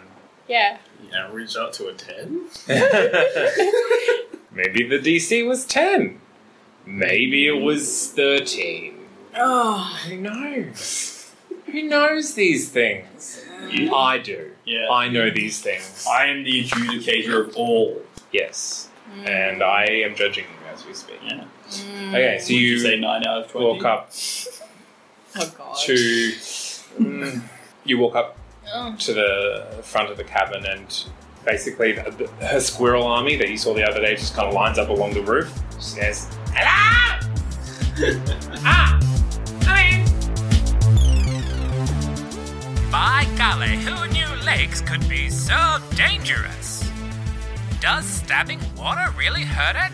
[SPEAKER 4] Yeah.
[SPEAKER 6] Yeah, reach out to a ten.
[SPEAKER 3] Maybe the DC was 10. Maybe it was 13.
[SPEAKER 4] Oh.
[SPEAKER 3] Who knows? Who knows these things? I do.
[SPEAKER 7] Yeah.
[SPEAKER 3] I know these things.
[SPEAKER 7] I am the adjudicator of all.
[SPEAKER 3] yes. And I am judging you as we speak.
[SPEAKER 7] Yeah.
[SPEAKER 3] Okay, so
[SPEAKER 7] You say
[SPEAKER 3] you
[SPEAKER 7] nine out of twenty.
[SPEAKER 3] walk up
[SPEAKER 4] Oh, God.
[SPEAKER 3] to. Mm, you walk up
[SPEAKER 4] Oh.
[SPEAKER 3] to the front of the cabin, and basically the, the- her squirrel army that you saw the other day just kind of lines up along the roof. She says, "Hello,
[SPEAKER 5] Ah! Come in! By golly, who knew lakes could be so dangerous? Does stabbing water really hurt it?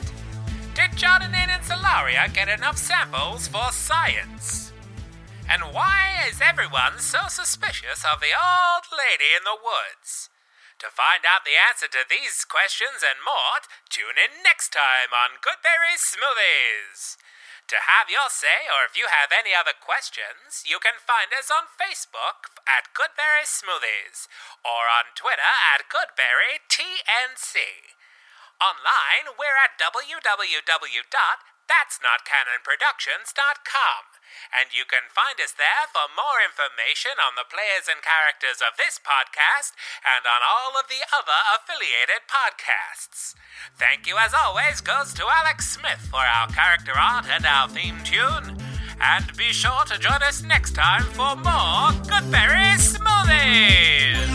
[SPEAKER 5] Did Jardinane and Solaria get enough samples for science? And why is everyone so suspicious of the old lady in the woods? To find out the answer to these questions and more, tune in next time on Goodberry Smoothies. To have your say, or if you have any other questions, you can find us on Facebook at Goodberry Smoothies or on Twitter at Goodberry TNC. Online, we're at www.that'snotcanonproductions.com, and you can find us there for more information on the players and characters of this podcast and on all of the other affiliated podcasts. Thank you, as always, goes to Alex Smith for our character art and our theme tune. And be sure to join us next time for more Goodberry Smoothies!